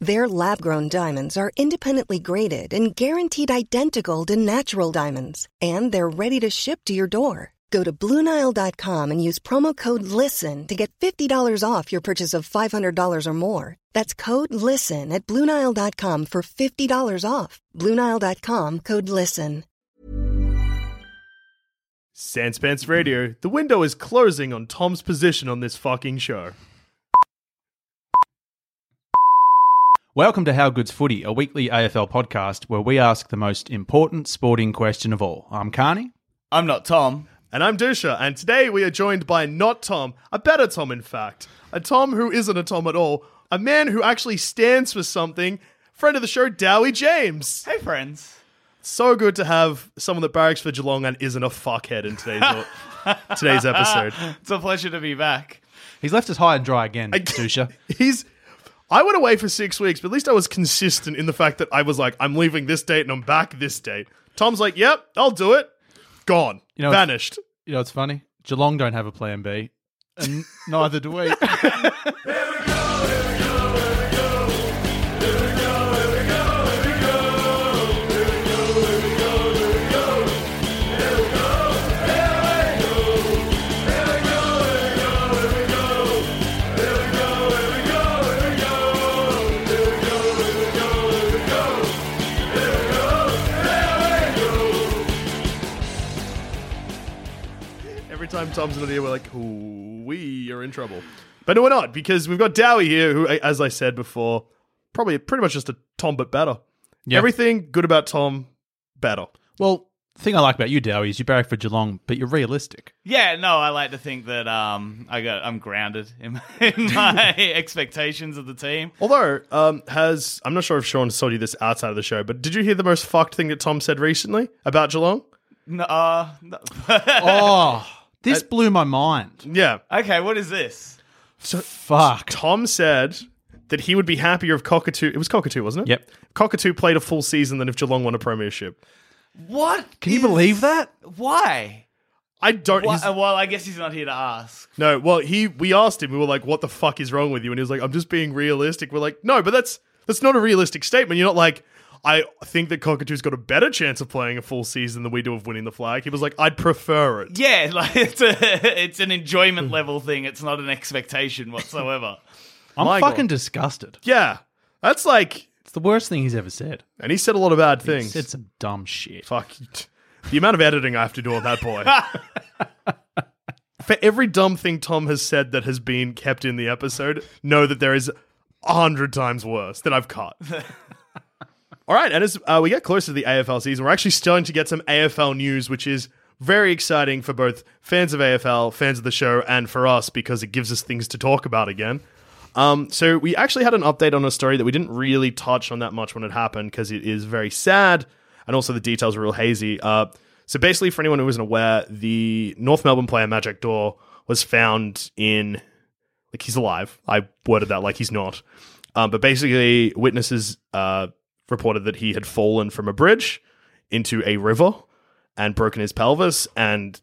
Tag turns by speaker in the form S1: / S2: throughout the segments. S1: Their lab grown diamonds are independently graded and guaranteed identical to natural diamonds, and they're ready to ship to your door. Go to BlueNile.com and use promo code LISTEN to get $50 off your purchase of $500 or more. That's code LISTEN at BlueNile.com for $50 off. BlueNile.com code LISTEN.
S2: Sanspants Radio, the window is closing on Tom's position on this fucking show.
S3: Welcome to How Good's Footy, a weekly AFL podcast where we ask the most important sporting question of all. I'm Carney.
S4: I'm not Tom.
S2: And I'm Dusha, and today we are joined by not Tom, a better Tom, in fact. A Tom who isn't a Tom at all, a man who actually stands for something. Friend of the show, Dowie James.
S4: Hey, friends.
S2: So good to have someone that barracks for Geelong and isn't a fuckhead in today's, today's episode.
S4: It's a pleasure to be back.
S3: He's left us high and dry again, Dusha.
S2: He's. I went away for six weeks, but at least I was consistent in the fact that I was like, I'm leaving this date and I'm back this date. Tom's like, yep, I'll do it. Gone.
S3: You know, it's-
S2: Vanished.
S3: You know, it's funny. Geelong don't have a plan B, and neither do we.
S2: Every time Tom's not here, we're like, "Ooh, we are in trouble. But no, we're not, because we've got Dowie here, who, as I said before, probably pretty much just a Tom but better.
S3: Yeah.
S2: Everything good about Tom, better.
S3: well, the thing I like about you, Dowie, is you barrack for Geelong, but you're realistic.
S4: Yeah, no, I like to think that um, I got I'm grounded in my, in my expectations of the team.
S2: Although, um, has I'm not sure if Sean told you this outside of the show, but did you hear the most fucked thing that Tom said recently about Geelong?
S4: No, uh, no.
S3: Oh, this blew my mind.
S2: Yeah.
S4: okay, what is this?
S3: Fuck.
S2: Tom said that he would be happier if Cockatoo. It was Cockatoo, wasn't it?
S3: Yep.
S2: Cockatoo played a full season than if Geelong won a premiership.
S4: What?
S3: Can you believe that?
S4: Why?
S2: I don't.
S4: Why-
S2: he's-
S4: uh, Well, I guess he's not here to ask.
S2: No, well, he we asked him. We were like, "What the fuck is wrong with you?" And he was like, "I'm just being realistic." We're like, "No, but that's that's not a realistic statement." You're not like, "I think that Cockatoo's got a better chance of playing a full season than we do of winning the flag." He was like, "I'd prefer it."
S4: Yeah, like it's a it's an enjoyment level thing. It's not an expectation whatsoever.
S3: I'm
S2: My
S3: fucking
S2: God.
S3: disgusted.
S2: Yeah, that's like,
S3: It's the worst thing he's ever said.
S2: and he said a lot of bad
S3: He
S2: things.
S3: said some dumb shit.
S2: Fuck you. the amount of editing I have to do on that boy. For every dumb thing Tom has said that has been kept in the episode, know that there is a hundred times worse that I've cut. All right, and as uh, we get closer to the AFL season, we're actually starting to get some AFL news, which is very exciting for both fans of AFL, fans of the show, and for us because it gives us things to talk about again. Um, so we actually had an update on a story that we didn't really touch on that much when it happened because it is very sad, and also the details are real hazy. Uh, so basically, for anyone who isn't aware, the North Melbourne player Magic Door was found in like he's alive. I worded that like he's not. Um, but basically, witnesses uh, reported that he had fallen from a bridge into a river and broken his pelvis. And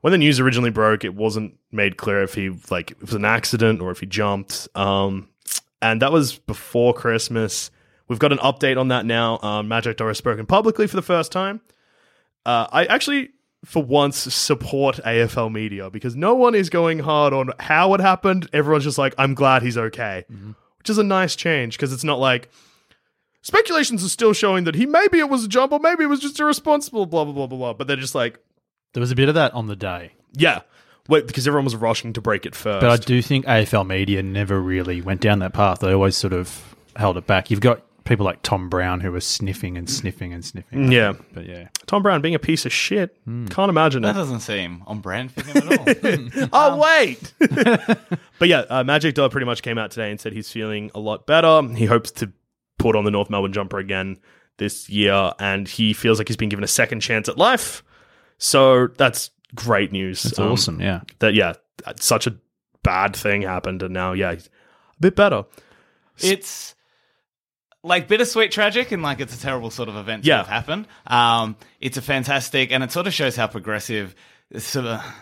S2: when the news originally broke, it wasn't made clear if he like it was an accident or if he jumped. Um, and that was before Christmas. We've got an update on that now. Um, Magic Dora has spoken publicly for the first time. Uh, I actually, for once, support AFL media because no one is going hard on how it happened. Everyone's just like, I'm glad he's okay, which is a nice change because it's not like speculations are still showing that he maybe it was a jump or maybe it was just irresponsible, blah, blah, blah, blah, blah. But they're just like,
S3: There was a bit of that on the day.
S2: yeah. Wait, because everyone was rushing to break it first.
S3: But I do think AFL media never really went down that path. They always sort of held it back. You've got people like Tom Brown who were sniffing and sniffing and sniffing.
S2: Mm, Yeah.
S3: But yeah.
S2: Tom Brown being a piece of shit. Can't imagine
S4: That
S2: it.
S4: doesn't seem on brand for him at all.
S2: Oh wait. but yeah, uh, Magic Dog pretty much came out today and said he's feeling a lot better. He hopes to put on the North Melbourne jumper again this year, and he feels like he's been given a second chance at life. So that's great news.
S3: It's
S2: Um,
S3: awesome. Yeah.
S2: That yeah, such a bad thing happened, and now yeah, he's a bit better.
S4: it's like bittersweet tragic and like it's a terrible sort of event to
S2: Yeah.
S4: have happened. Um, it's a fantastic and it sort of shows how progressive sort of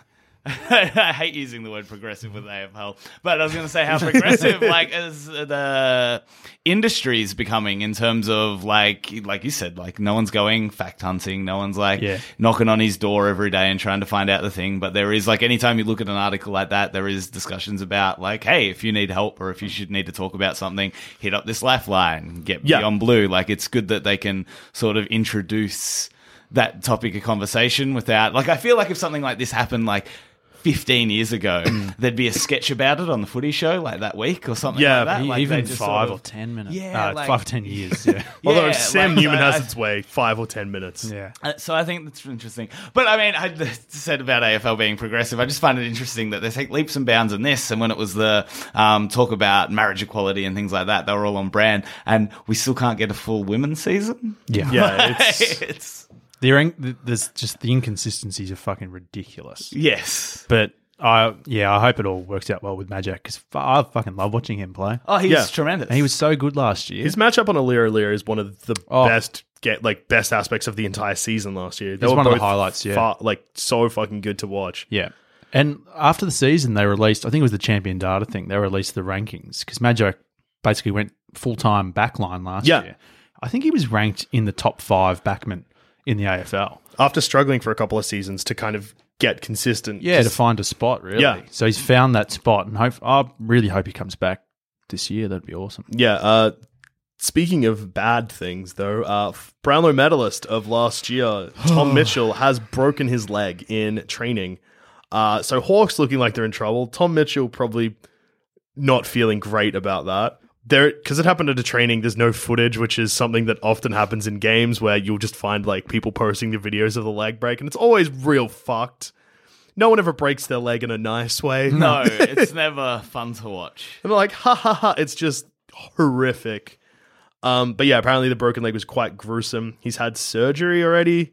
S4: I hate using the word progressive with AFL, but I was going to say how progressive like as the industry is becoming in terms of like like you said like no one's going fact hunting, no one's like
S3: Yeah.
S4: knocking on his door every day and trying to find out the thing. But there is like anytime you look at an article like that, there is discussions about like, hey, if you need help or if you should need to talk about something, hit up this lifeline, get
S2: Yeah.
S4: beyond blue. Like it's good that they can sort of introduce that topic of conversation without like I feel like if something like this happened like 15 years ago,
S2: Mm.
S4: there'd be a sketch about it on the footy show, like that week or something
S2: Yeah,
S4: like that.
S3: E-
S4: Like, they
S3: Even
S4: just
S3: five
S4: sort
S3: or ten minutes.
S4: Yeah,
S3: Uh,
S4: like-
S3: five, ten years. Yeah.
S4: of-
S2: Although
S4: Yeah,
S2: Sam
S4: like,
S2: Newman
S4: so
S2: has
S4: I-
S2: its way five or ten minutes.
S3: yeah.
S4: Uh, so I think that's interesting. But I mean, I just said about AFL being progressive. I just find it interesting that they take leaps and bounds in this. And when it was the um, talk about marriage equality and things like that, they were all on brand. And we still can't get a full women's season.
S3: Yeah.
S2: Yeah, it's,
S4: it's
S3: They're in- th- there's just the inconsistencies are fucking ridiculous.
S4: yes.
S3: But I yeah, I hope it all works out well with Magic because I fucking love watching him play.
S4: Oh, he's
S2: Yeah.
S4: tremendous.
S3: And he was so good last year.
S2: his matchup on Alira Alira is one of the
S3: Oh.
S2: best get like best aspects of the entire season last year. They
S3: It's
S2: were
S3: one of the
S2: both
S3: highlights, yeah.
S2: far- like so fucking good to watch.
S3: yeah. And after the season, they released. I think it was the Champion Data thing. They released the rankings because Magic basically went full time backline last
S2: Yeah.
S3: year. I think he was ranked in the top five backmen in the AFL.
S2: After struggling for a couple of seasons to kind of get consistent.
S3: Yeah, to
S2: just-
S3: find a spot really.
S2: Yeah.
S3: So he's found that spot, and hope I really hope he comes back this year. That'd be awesome.
S2: yeah. Uh, speaking of bad things, though, uh, f- Brownlow medalist of last year, Tom Mitchell has broken his leg in training. Uh, so Hawks looking like they're in trouble. Tom Mitchell probably not feeling great about that. There, because it happened at a training. There's no footage, which is something that often happens in games where you'll just find like people posting the videos of the leg break, and it's always real fucked. No one ever breaks their leg in a nice way.
S4: no, it's never fun to watch.
S2: and they're like, ha ha ha. It's just horrific. Um, but yeah, apparently the broken leg was quite gruesome. He's had surgery already.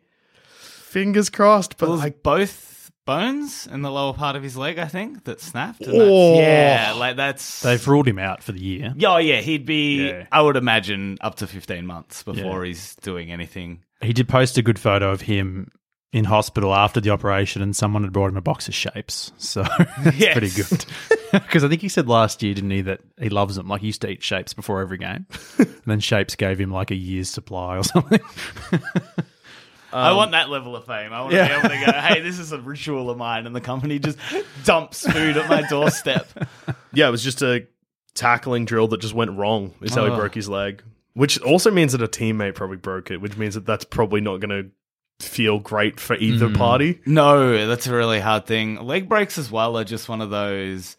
S2: Fingers crossed, but
S4: It was
S2: like,
S4: both bones in the lower part of his leg, I think, that snapped. And
S2: Oh.
S4: that's, yeah, like that's.
S3: They've ruled him out for the year.
S4: Yeah, oh, yeah, he'd be,
S3: Yeah.
S4: I would imagine, up to 15 months before he's doing anything.
S3: He did post a good photo of him in hospital after the operation, and someone had brought him a box of shapes. So that's
S4: Yes.
S3: pretty good. Because I think he said last year, didn't he, that he loves them. Like he used to eat shapes before every game, and then shapes gave him like a year's supply or something.
S4: I want that level of fame. I want
S3: Um, Yeah.
S4: to be able to go, hey, this is a ritual of mine, and the company just dumps food at my doorstep.
S2: yeah, it was just a tackling drill that just went wrong. Is
S4: Ah.
S2: how he broke his leg, which also means that a teammate probably broke it, which means that that's probably not going to feel great for either
S4: Mm.
S2: party.
S4: no, that's a really hard thing. Leg breaks as well are just one of those,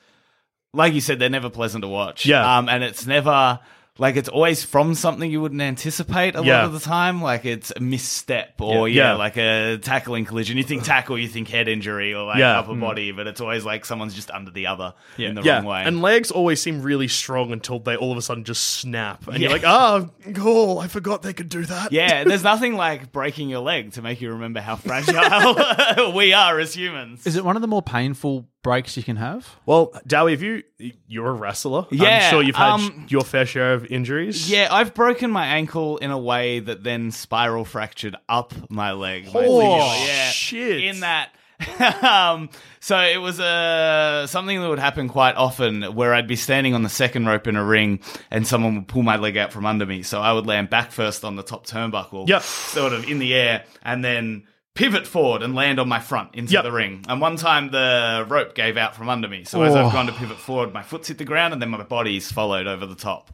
S4: like you said, they're never pleasant to watch.
S2: Yeah.
S4: Um, and it's never. Like it's always from something you wouldn't anticipate a
S2: Yeah.
S4: lot of the time. Like it's a misstep or yeah,
S2: Yeah.
S4: like a tackling collision. You think tackle, you think head injury or like
S2: Yeah. Mm.
S4: upper body, but it's always like someone's just under the other in the
S2: Yeah,
S4: wrong way.
S2: and legs always seem really strong until they all of a sudden just snap, and you're
S4: Yeah.
S2: like, "Ah, oh, cool! I forgot they could do that."
S4: Yeah, there's nothing like breaking your leg to make you remember how fragile we are as humans.
S3: Is it one of the more painful breaks you can have?
S2: Well, Dowie, have you you're a wrestler.
S4: Yeah,
S2: I'm sure you've had
S4: um,
S2: your fair share of injuries.
S4: Yeah, I've broken my ankle in a way that then spiral fractured up my leg.
S2: Holy
S4: basically. yeah,
S2: shit.
S4: In that. um, so it was uh, something that would happen quite often where I'd be standing on the second rope in a ring and someone would pull my leg out from under me. So I would land back first on the top turnbuckle,
S2: Yep.
S4: sort of in the air, and then pivot forward and land on my front into
S2: Yep.
S4: the ring. And one time the rope gave out from under me. So as
S2: Oh.
S4: I've gone to pivot forward, my foot's hit the ground and then my body's followed over the top.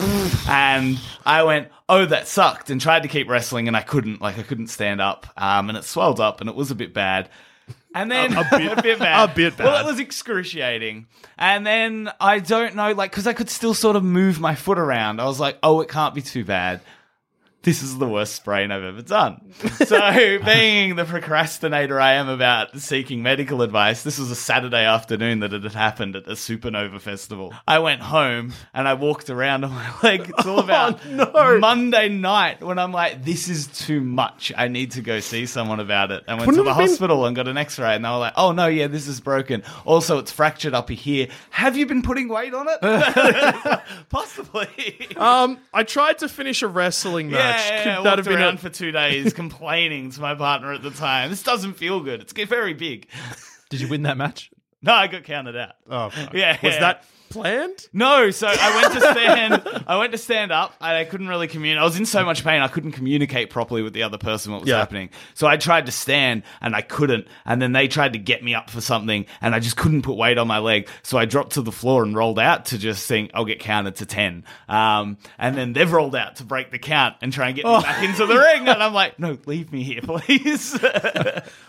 S4: and I went, oh, that sucked, and tried to keep wrestling and I couldn't. Like, I couldn't stand up. Um, and it swelled up and it was a bit bad. And then a, bit, bad.
S2: a bit
S4: Well,
S2: bad.
S4: it was excruciating. And then I don't know, like, because I could still sort of move my foot around. I was like, oh, it can't be too bad. this is the worst sprain I've ever done. So, being the procrastinator I am about seeking medical advice, this was a Saturday afternoon that it had happened at the Supernova Festival. I went home and I walked around on my leg
S2: Oh,
S4: till about Monday night when I'm like, this is too much. I need to go see someone about it. I went to
S2: Wouldn't
S4: the
S2: it have been-
S4: hospital and got an x ray, and they were like, oh no, yeah, this is broken. Also, it's fractured up here. Have you been putting weight on it? Possibly.
S2: Um, I tried to finish a wrestling match.
S4: Yeah, yeah,
S2: Could
S4: yeah. I
S2: that
S4: walked
S2: have been
S4: around
S2: it?
S4: for two days complaining to my partner at the time. This doesn't feel good. It's very big.
S3: Did you win that match?
S4: No, I got counted out.
S3: Oh, fuck.
S4: yeah,
S2: Was
S4: yeah.
S2: that planned?
S4: No, so I went to stand. I went to stand up, and I couldn't really communicate. I was in so much pain, I couldn't communicate properly with the other person what was
S2: Yeah.
S4: happening. So I tried to stand, and I couldn't. And then they tried to get me up for something, and I just couldn't put weight on my leg. So I dropped to the floor and rolled out to just think I'll get counted to ten. Um, and then they've rolled out to break the count and try and get me back into the ring. And I'm like, no, leave me here, please.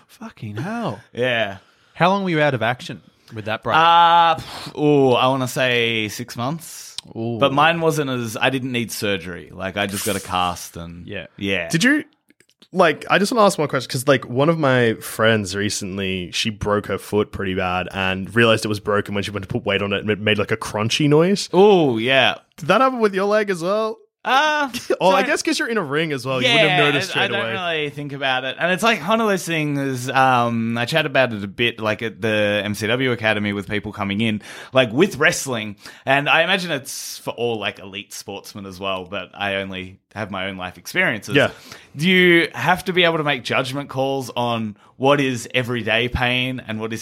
S3: Fucking hell.
S4: yeah.
S3: How long were you out of action with that break?
S4: Uh, oh, I want to say six months. But mine wasn't as I didn't need surgery. Like I just got a cast and
S3: Yeah.
S4: yeah.
S2: Did you like? I just want to ask one question because like one of my friends recently, she broke her foot pretty bad and realized it was broken when she went to put weight on it and it made like a crunchy noise.
S4: Oh yeah.
S2: Did that happen with your leg as well?
S4: Uh,
S2: Oh, I
S4: don't-
S2: guess because you're in a ring as well,
S4: Yeah,
S2: Oh, you wouldn't have noticed
S4: I, I
S2: straight
S4: don't
S2: away.
S4: really think about it, and it's like one of those things. Um, I chat about it a bit, like at the MCW Academy with people coming in, like with wrestling, and I imagine it's for all like elite sportsmen as well. But I only have my own life experiences.
S2: Yeah.
S4: do you have to be able to make judgment calls on what is everyday pain and what is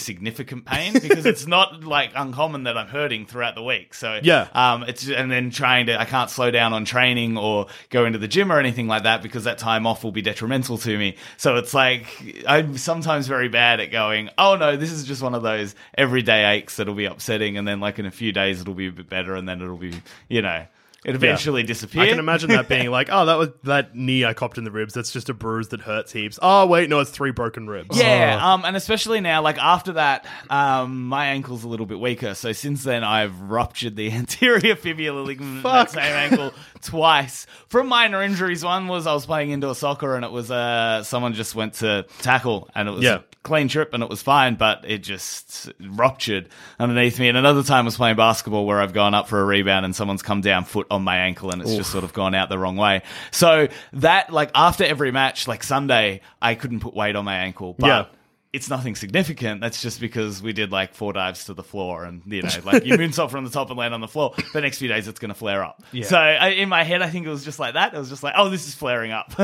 S4: significant pain? Because it's not like uncommon that I'm hurting throughout the week. So
S2: Yeah.
S4: um, it's and then trying to I can't slow down on training or go into the gym or anything like that because that time off will be detrimental to me. So it's like I'm sometimes very bad at going. Oh no, this is just one of those everyday aches that'll be upsetting, and then like in a few days it'll be a bit better, and then it'll be you know it eventually disappears.
S2: I can imagine that being like, oh, that was that knee I copped in the ribs. That's just a bruise that hurts heaps. Oh, wait, no, it's three broken ribs.
S4: Yeah, um, and especially now, like after that, um, my ankle's a little bit weaker. So since then, I've ruptured the anterior fibula ligament in that same ankle twice from minor injuries. One was I was playing indoor soccer, and it was uh, someone just went to tackle, and it was
S2: Yeah.
S4: a clean trip, and it was fine, but it just ruptured underneath me. And another time, I was playing basketball where I've gone up for a rebound, and someone's come down foot on my ankle, and it's just sort of gone out the wrong way. So that, like after every match, like Sunday, I couldn't put weight on my ankle, but
S2: Yeah.
S4: it's nothing significant. That's just because we did like four dives to the floor, and you know, like you moonsault from the top and land on the floor. The next few days, it's going to flare up. So I, in my head, I think it was just like that. It was just like, oh, this is flaring up.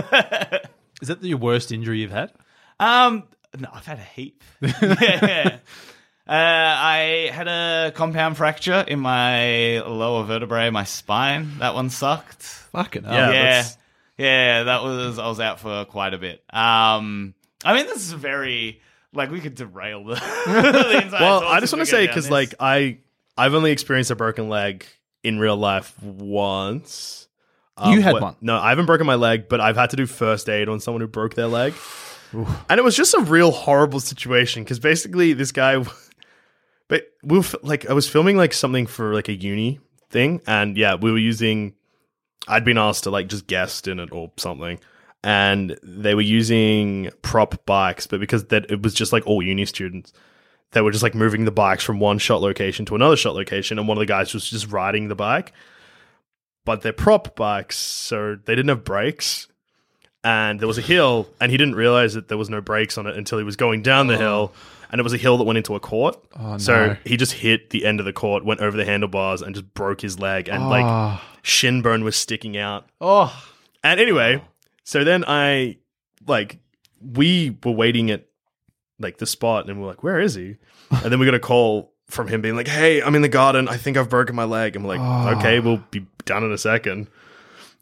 S3: Is that your worst injury you've had?
S4: um, no, I've had a heap. yeah. Uh, I had a compound fracture in my lower vertebrae, my spine. That one sucked.
S3: Fucking hell.
S2: Yeah.
S4: yeah,
S2: that's-
S4: yeah, that was I was out for quite a bit. Um, I mean, this is very like we could derail the. the entire
S2: Well,
S4: talk
S2: I
S4: if
S2: just
S4: we
S2: want to
S4: go
S2: say
S4: down
S2: because
S4: this.
S2: like I, I've only experienced a broken leg in real life once. Um,
S3: You had
S2: wh-
S3: one.
S2: No, I haven't broken my leg, but I've had to do first aid on someone who broke their leg, and it was just a real horrible situation because basically this guy. But we were, f- like I was filming like something for like a uni thing, and yeah, we were using. I'd been asked to like just guest in it or something, and they were using prop bikes, but because that it was just like all uni students, they were just like moving the bikes from one shot location to another shot location, and one of the guys was just riding the bike. But they're prop bikes, so they didn't have brakes. And there was a hill, and he didn't realize that there was no brakes on it until he was going down the hill. And it was a hill that went into a court.
S3: Oh,
S2: so
S3: no.
S2: he just hit the end of the court, went over the handlebars, and just broke his leg. And
S3: Ah.
S2: like shin bone was sticking out.
S3: Oh,
S2: And anyway, so then I like we were waiting at like the spot and we're like, where is he? And then we got a call from him being like, Hey, I'm in the garden. I think I've broken my leg. And we're like, okay, we'll be done in a second.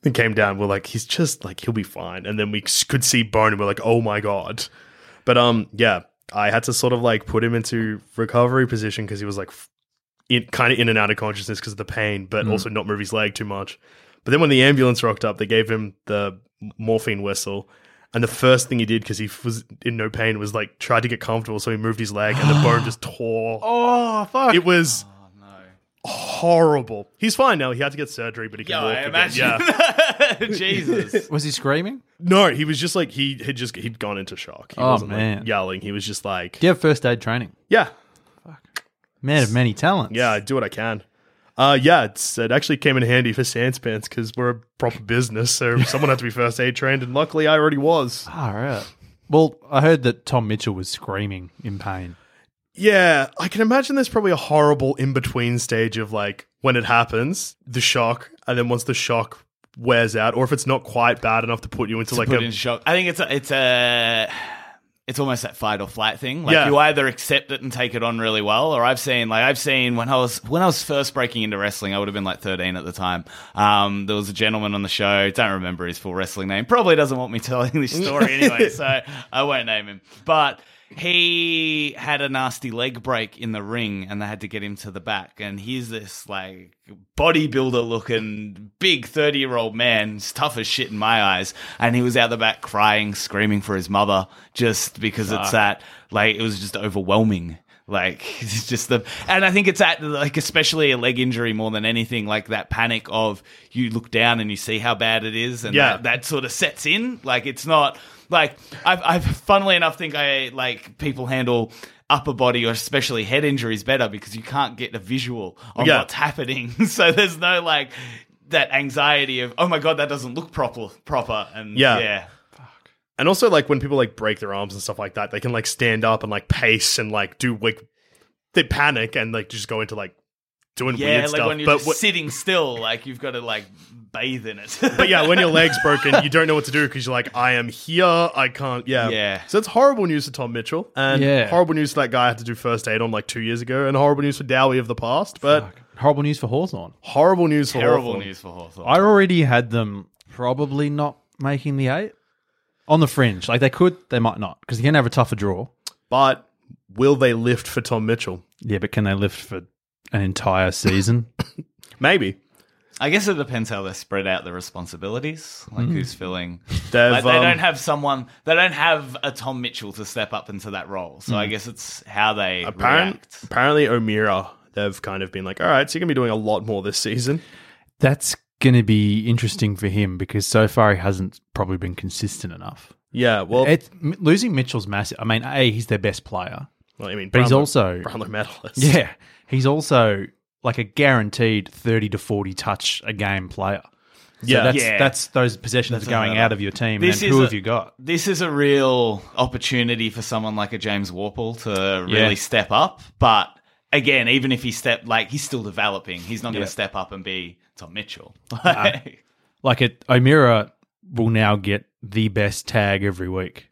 S2: He came down, we're like, he's just like he'll be fine. And then we s- could see bone and we're like, oh my god. But um, yeah, I had to sort of like put him into recovery position because he was like f- in, kind of in and out of consciousness because of the pain, but also not move his leg too much. But then when the ambulance rocked up, they gave him the morphine whistle. And the first thing he did, because he f- was in no pain, was like tried to get comfortable. So he moved his leg and the bone just tore.
S3: oh, fuck.
S2: It was horrible. He's fine now. He had to get surgery, but he can
S4: Yo,
S2: walk
S4: I
S2: again.
S4: imagine.
S2: Yeah.
S4: Jesus.
S3: Was he screaming?
S2: No, he was just like he had just he'd gone into shock. He
S3: Oh,
S2: wasn't like,
S3: man.
S2: yelling. He was just like,
S3: Do you have first aid training?
S2: yeah,
S3: Man of many talents.
S2: yeah, I do what I can. Uh, yeah, it's, it actually came in handy for Sans Pants because we're a proper business, so someone had to be first aid trained, and luckily I already was.
S3: All right. Well, I heard that Tom Mitchell was screaming in pain.
S2: Yeah, I can imagine there's probably a horrible in between stage of like when it happens, the shock, and then once the shock wears out, or if it's not quite bad enough to put you into like
S4: put
S2: a
S4: in shock. I think it's a, it's a it's almost that fight or flight thing. Like
S2: Yeah.
S4: you either accept it and take it on really well, or I've seen like I've seen when I was when I was first breaking into wrestling, I would have been like 13 at the time. Um, there was a gentleman on the show. Don't remember his full wrestling name. Probably doesn't want me telling this story anyway, so I won't name him. But he had a nasty leg break in the ring and they had to get him to the back and he's this like bodybuilder looking big 30 year old man he's tough as shit in my eyes and he was out the back crying screaming for his mother just because it's that like it was just overwhelming like it's just the and i think it's at like especially a leg injury more than anything like that panic of you look down and you see how bad it is and
S2: Yeah.
S4: that, that sort of sets in like it's not like I've, I've funnily enough think i like people handle upper body or especially head injuries better because you can't get a visual on
S2: Yeah.
S4: what's happening so there's no like that anxiety of oh my god that doesn't look proper proper and
S2: Yeah.
S4: yeah,
S2: And also, like when people like break their arms and stuff like that, they can like stand up and like pace and like do like they panic and like just go into like doing
S4: yeah
S2: weird
S4: like
S2: stuff.
S4: when you're
S2: but
S4: just
S2: wh-
S4: sitting still like you've got to like bathe in it
S2: but yeah, when your leg's broken, you don't know what to do because you're like, I am here, I can't. Yeah,
S4: Yeah.
S2: So it's horrible news to Tom Mitchell and
S3: Yeah.
S2: horrible news to that guy I had to do first aid on like two years ago, and horrible news for Dowie of the past. But
S3: Horrible news for Hawthorne.
S2: horrible news for
S4: terrible
S2: Hawthorn.
S4: news for Hawthorne.
S3: I already had them probably not making the eight on the fringe. Like they could, they might not, because you can have a tougher draw.
S2: But will they lift for Tom Mitchell?
S3: Yeah, but can they lift for an entire season?
S2: Maybe
S4: I guess it depends how they spread out the responsibilities, like who's filling.
S2: Hmm. They've,
S4: Like, they
S2: um,
S4: don't have someone. They don't have a Tom Mitchell to step up into that role. So I guess it's how they
S2: Hmm. Apparent,
S4: react.
S2: apparently, O'Meara. They've kind of been like, all right, so you're gonna be doing a lot more this season.
S3: That's going to be interesting for him because so far he hasn't probably been consistent enough.
S2: Yeah, well,
S3: It, m- losing Mitchell's massive. I mean, a he's their best player.
S2: Well, I mean,
S3: But he's
S2: Brownlow-
S3: also-
S2: Brownlow medalist.
S3: Yeah, he's also like a guaranteed thirty to forty touch a game player. So
S2: Yeah.
S3: that's,
S4: Yeah.
S3: that's those possessions are going
S4: another-
S3: out of your team.
S4: This
S3: and
S4: is
S3: who
S4: a-
S3: have you got?
S4: This is a real opportunity for someone like a James Warple to
S3: Yeah.
S4: really step up. But again, even if he stepped, like he's still developing. He's not going
S3: Yeah.
S4: to step up and be Tom Mitchell.
S3: Like it, Omira will now get the best tag every week.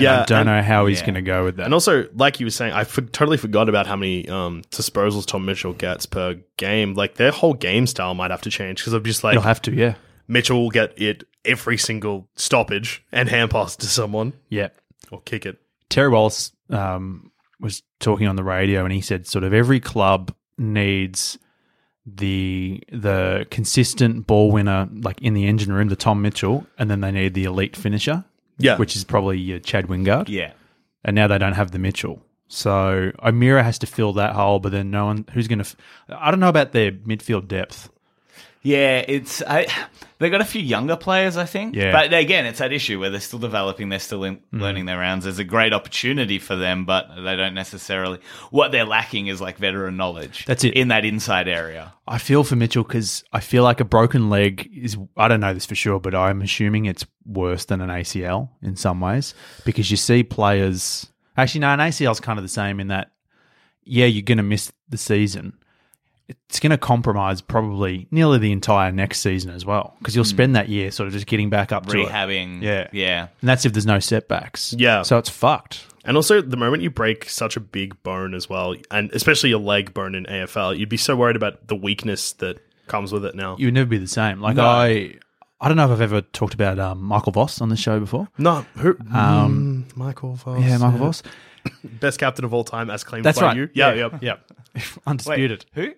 S2: yeah.
S3: I don't
S2: and,
S3: know how he's
S4: yeah.
S3: going to go with that.
S2: and also, like you were saying, I for- totally forgot about how many um, disposals Tom Mitchell gets per game. Like their whole game style might have to change because I'm just like
S3: He'll have to, yeah,
S2: Mitchell will get it every single stoppage and hand pass to someone
S3: yeah.
S2: or kick it.
S3: Terry Wallace um, was talking on the radio, and he said, sort of every club needs the the consistent ball winner, like in the engine room, the Tom Mitchell, and then they need the elite finisher,
S2: Yeah,
S3: which is probably your Chad Wingard.
S4: yeah.
S3: And now they don't have the Mitchell, so O'Meara has to fill that hole. But then no one who's going to. F- I don't know about their midfield depth.
S4: Yeah, it's I. They got a few younger players, I think.
S3: Yeah. Mm.
S4: But again, it's that issue where they're still developing, they're still in, learning their rounds. There's a great opportunity for them, but they don't necessarily. What they're lacking is like veteran knowledge.
S3: That's it.
S4: in that inside area.
S3: I feel for Mitchell because I feel like a broken leg is, I don't know this for sure, but I'm assuming it's worse than an ACL in some ways because you see players. Actually, no, an ACL is kind of the same in that, yeah, you're going to miss the season. It's going to compromise probably nearly the entire next season as well because you'll spend that year sort of just getting back up to it. And
S4: Rehabbing.
S3: Yeah.
S4: Yeah.
S3: that's if there's no setbacks.
S2: Yeah.
S3: So it's fucked.
S2: and also the moment you break such a big bone as well, and especially your leg bone in AFL, you'd be so worried about the weakness that comes with it now.
S3: You would never be the same. Like, I. I don't know if I've ever talked about um, Michael Voss on the show before.
S2: no, who? Um, Michael Voss.
S3: Yeah, Michael Voss.
S2: best captain of all time, as claimed
S3: That's
S2: by
S3: right.
S2: you.
S3: Yeah.
S2: yeah, yeah. yeah.
S3: Undisputed.
S4: Who?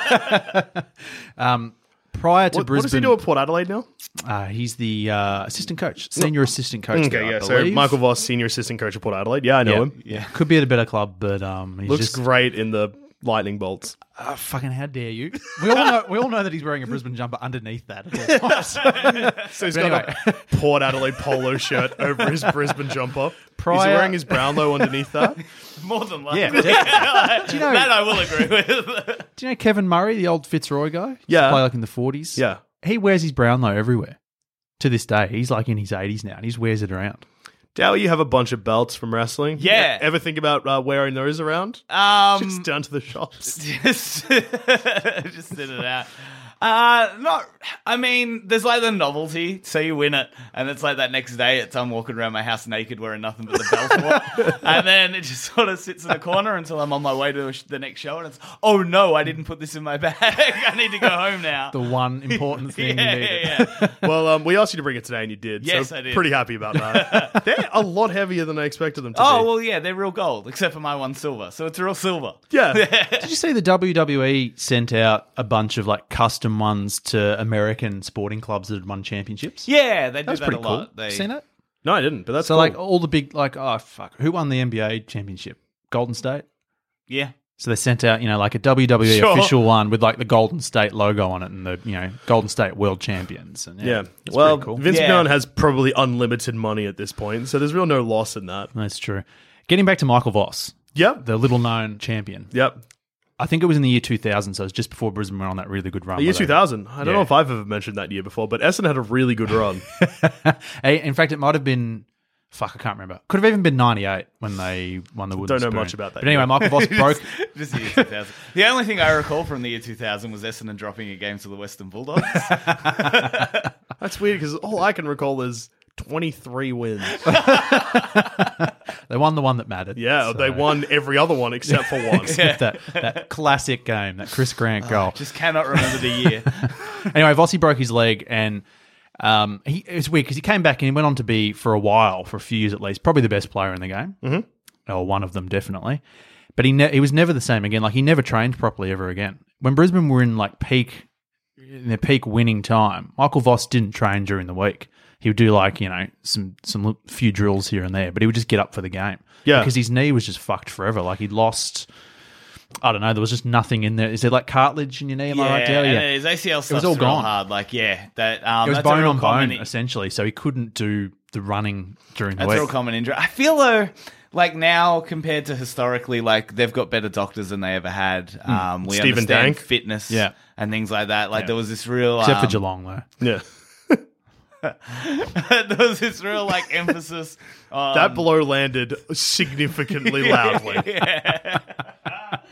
S3: Um, prior to
S2: What, what
S3: Brisbane,
S2: does he do at Port Adelaide now?
S3: uh, he's the uh, assistant coach, senior assistant coach. there,
S2: Okay,
S3: I
S2: yeah. So
S3: believe.
S2: Michael Voss, senior assistant coach at Port Adelaide. Yeah, I know
S3: yeah,
S2: him.
S3: yeah. could be at a better club, but um, he's
S2: Looks
S3: just
S2: great in the lightning bolts.
S3: Oh, fucking how dare you? We all know we all know that he's wearing a Brisbane jumper underneath that. at all times.
S2: So he's
S3: But
S2: got a Port Adelaide polo shirt over his Brisbane jumper. Is he
S3: Prior-
S2: wearing his Brownlow underneath that?
S4: More than likely.
S3: yeah. Do you know
S4: That I will agree with.
S3: Do you know Kevin Murray, the old Fitzroy guy? Used to
S2: Yeah.
S3: play like in the forties.
S2: Yeah.
S3: He wears his Brownlow everywhere. To this day, he's like in his eighties now, and he just wears it around.
S2: Dow, you have a bunch of belts from wrestling.
S4: Yeah.
S2: Ever think about uh, wearing those around?
S4: um,
S2: Just down to the shops.
S4: just just did it out. Uh, not. I mean, there's like the novelty, so you win it, and it's like that next day. It's I'm walking around my house naked, wearing nothing but the belt, and then it just sort of sits in the corner until I'm on my way to the next show, and it's oh no, I didn't put this in my bag. I need to go home now.
S3: The one important thing
S4: yeah,
S3: you needed.
S4: yeah, yeah.
S2: well, um, we asked you to bring it today, and you did.
S4: Yes,
S2: so
S4: I did.
S2: Pretty happy about that. They're a lot heavier than I expected them to
S4: Oh
S2: be.
S4: well, yeah, they're real gold, except for my one silver, so it's real silver.
S2: yeah.
S3: Did you see the WWE sent out a bunch of like custom ones to American sporting clubs that had won championships?
S4: Yeah, they do
S3: That's
S4: that
S3: pretty
S4: a
S3: cool.
S4: lot. They,
S3: Seen it?
S2: no, I didn't. But that's
S3: So
S2: cool.
S3: like all the big like oh fuck, who won the NBA championship? Golden State.
S4: Yeah.
S3: So they sent out, you know, like a WWE
S4: Sure.
S3: official one with like the Golden State logo on it and the, you know, Golden State World Champions. And
S2: Yeah.
S3: yeah, it's
S2: well,
S3: pretty cool.
S2: Vince
S4: Yeah.
S2: McMahon has probably unlimited money at this point, so there's real no loss in that.
S3: That's true. Getting back to Michael Voss,
S2: Yep.
S3: the little known champion.
S2: Yep.
S3: I think it was in the year 2000, so it was just before Brisbane went on that really good run.
S2: The year
S3: where they-
S2: 2000. I don't know
S3: Yeah.
S2: if I've ever mentioned that year before, but Essen had a really good run.
S3: Eh, In fact, it might have been. Fuck, I can't remember. Could have even been 98 when they won the Wooden
S2: Don't know
S3: Spoon.
S2: much about that
S3: But anyway,
S2: yet.
S3: Michael Voss broke.
S4: Just the year 2000. The only thing I recall from the year 2000 was Essendon dropping a game to the Western Bulldogs.
S2: That's weird because all I can recall is 23 wins.
S3: They won the one that mattered.
S2: Yeah,
S3: So,
S2: they won every other one except for one.
S3: That, that classic game, that Chris
S2: Oh,
S3: Grant goal.
S4: Just cannot remember the year.
S3: anyway, Vossi broke his leg, and um, he it was weird because he came back and he went on to be for a while, for a few years at least, probably the best player in the game, mm-hmm. or one of them definitely. But he ne- he was never the same again. Like he never trained properly ever again. When Brisbane were in like peak in their peak winning time, Michael Voss didn't train during the week. He would do like you know some some l- few drills here and there, but he would just get up for the game.
S2: Yeah.
S3: because his knee was just fucked forever. Like he lost. I don't know. There was just nothing in there. Is there like cartilage in your knee? Am I right, Dale?
S4: and his ACL stuff's
S3: all
S4: real
S3: gone.
S4: hard. Like, yeah, that um,
S3: it was
S4: that's a
S3: bone
S4: real
S3: on
S4: common
S3: bone
S4: i-
S3: essentially, so he couldn't do the running during the
S4: That's a real
S3: week.
S4: common injury. I feel though, like now compared to historically, like they've got better doctors than they ever had. Um, we
S2: Stephen
S4: understand
S2: Dank.
S4: fitness,
S3: Hmm. Yeah.
S4: and things like that. Like there was this real,
S3: Except for
S4: um,
S3: Geelong, though.
S2: Yeah.
S4: there was this real like emphasis on
S2: That blow landed significantly loudly.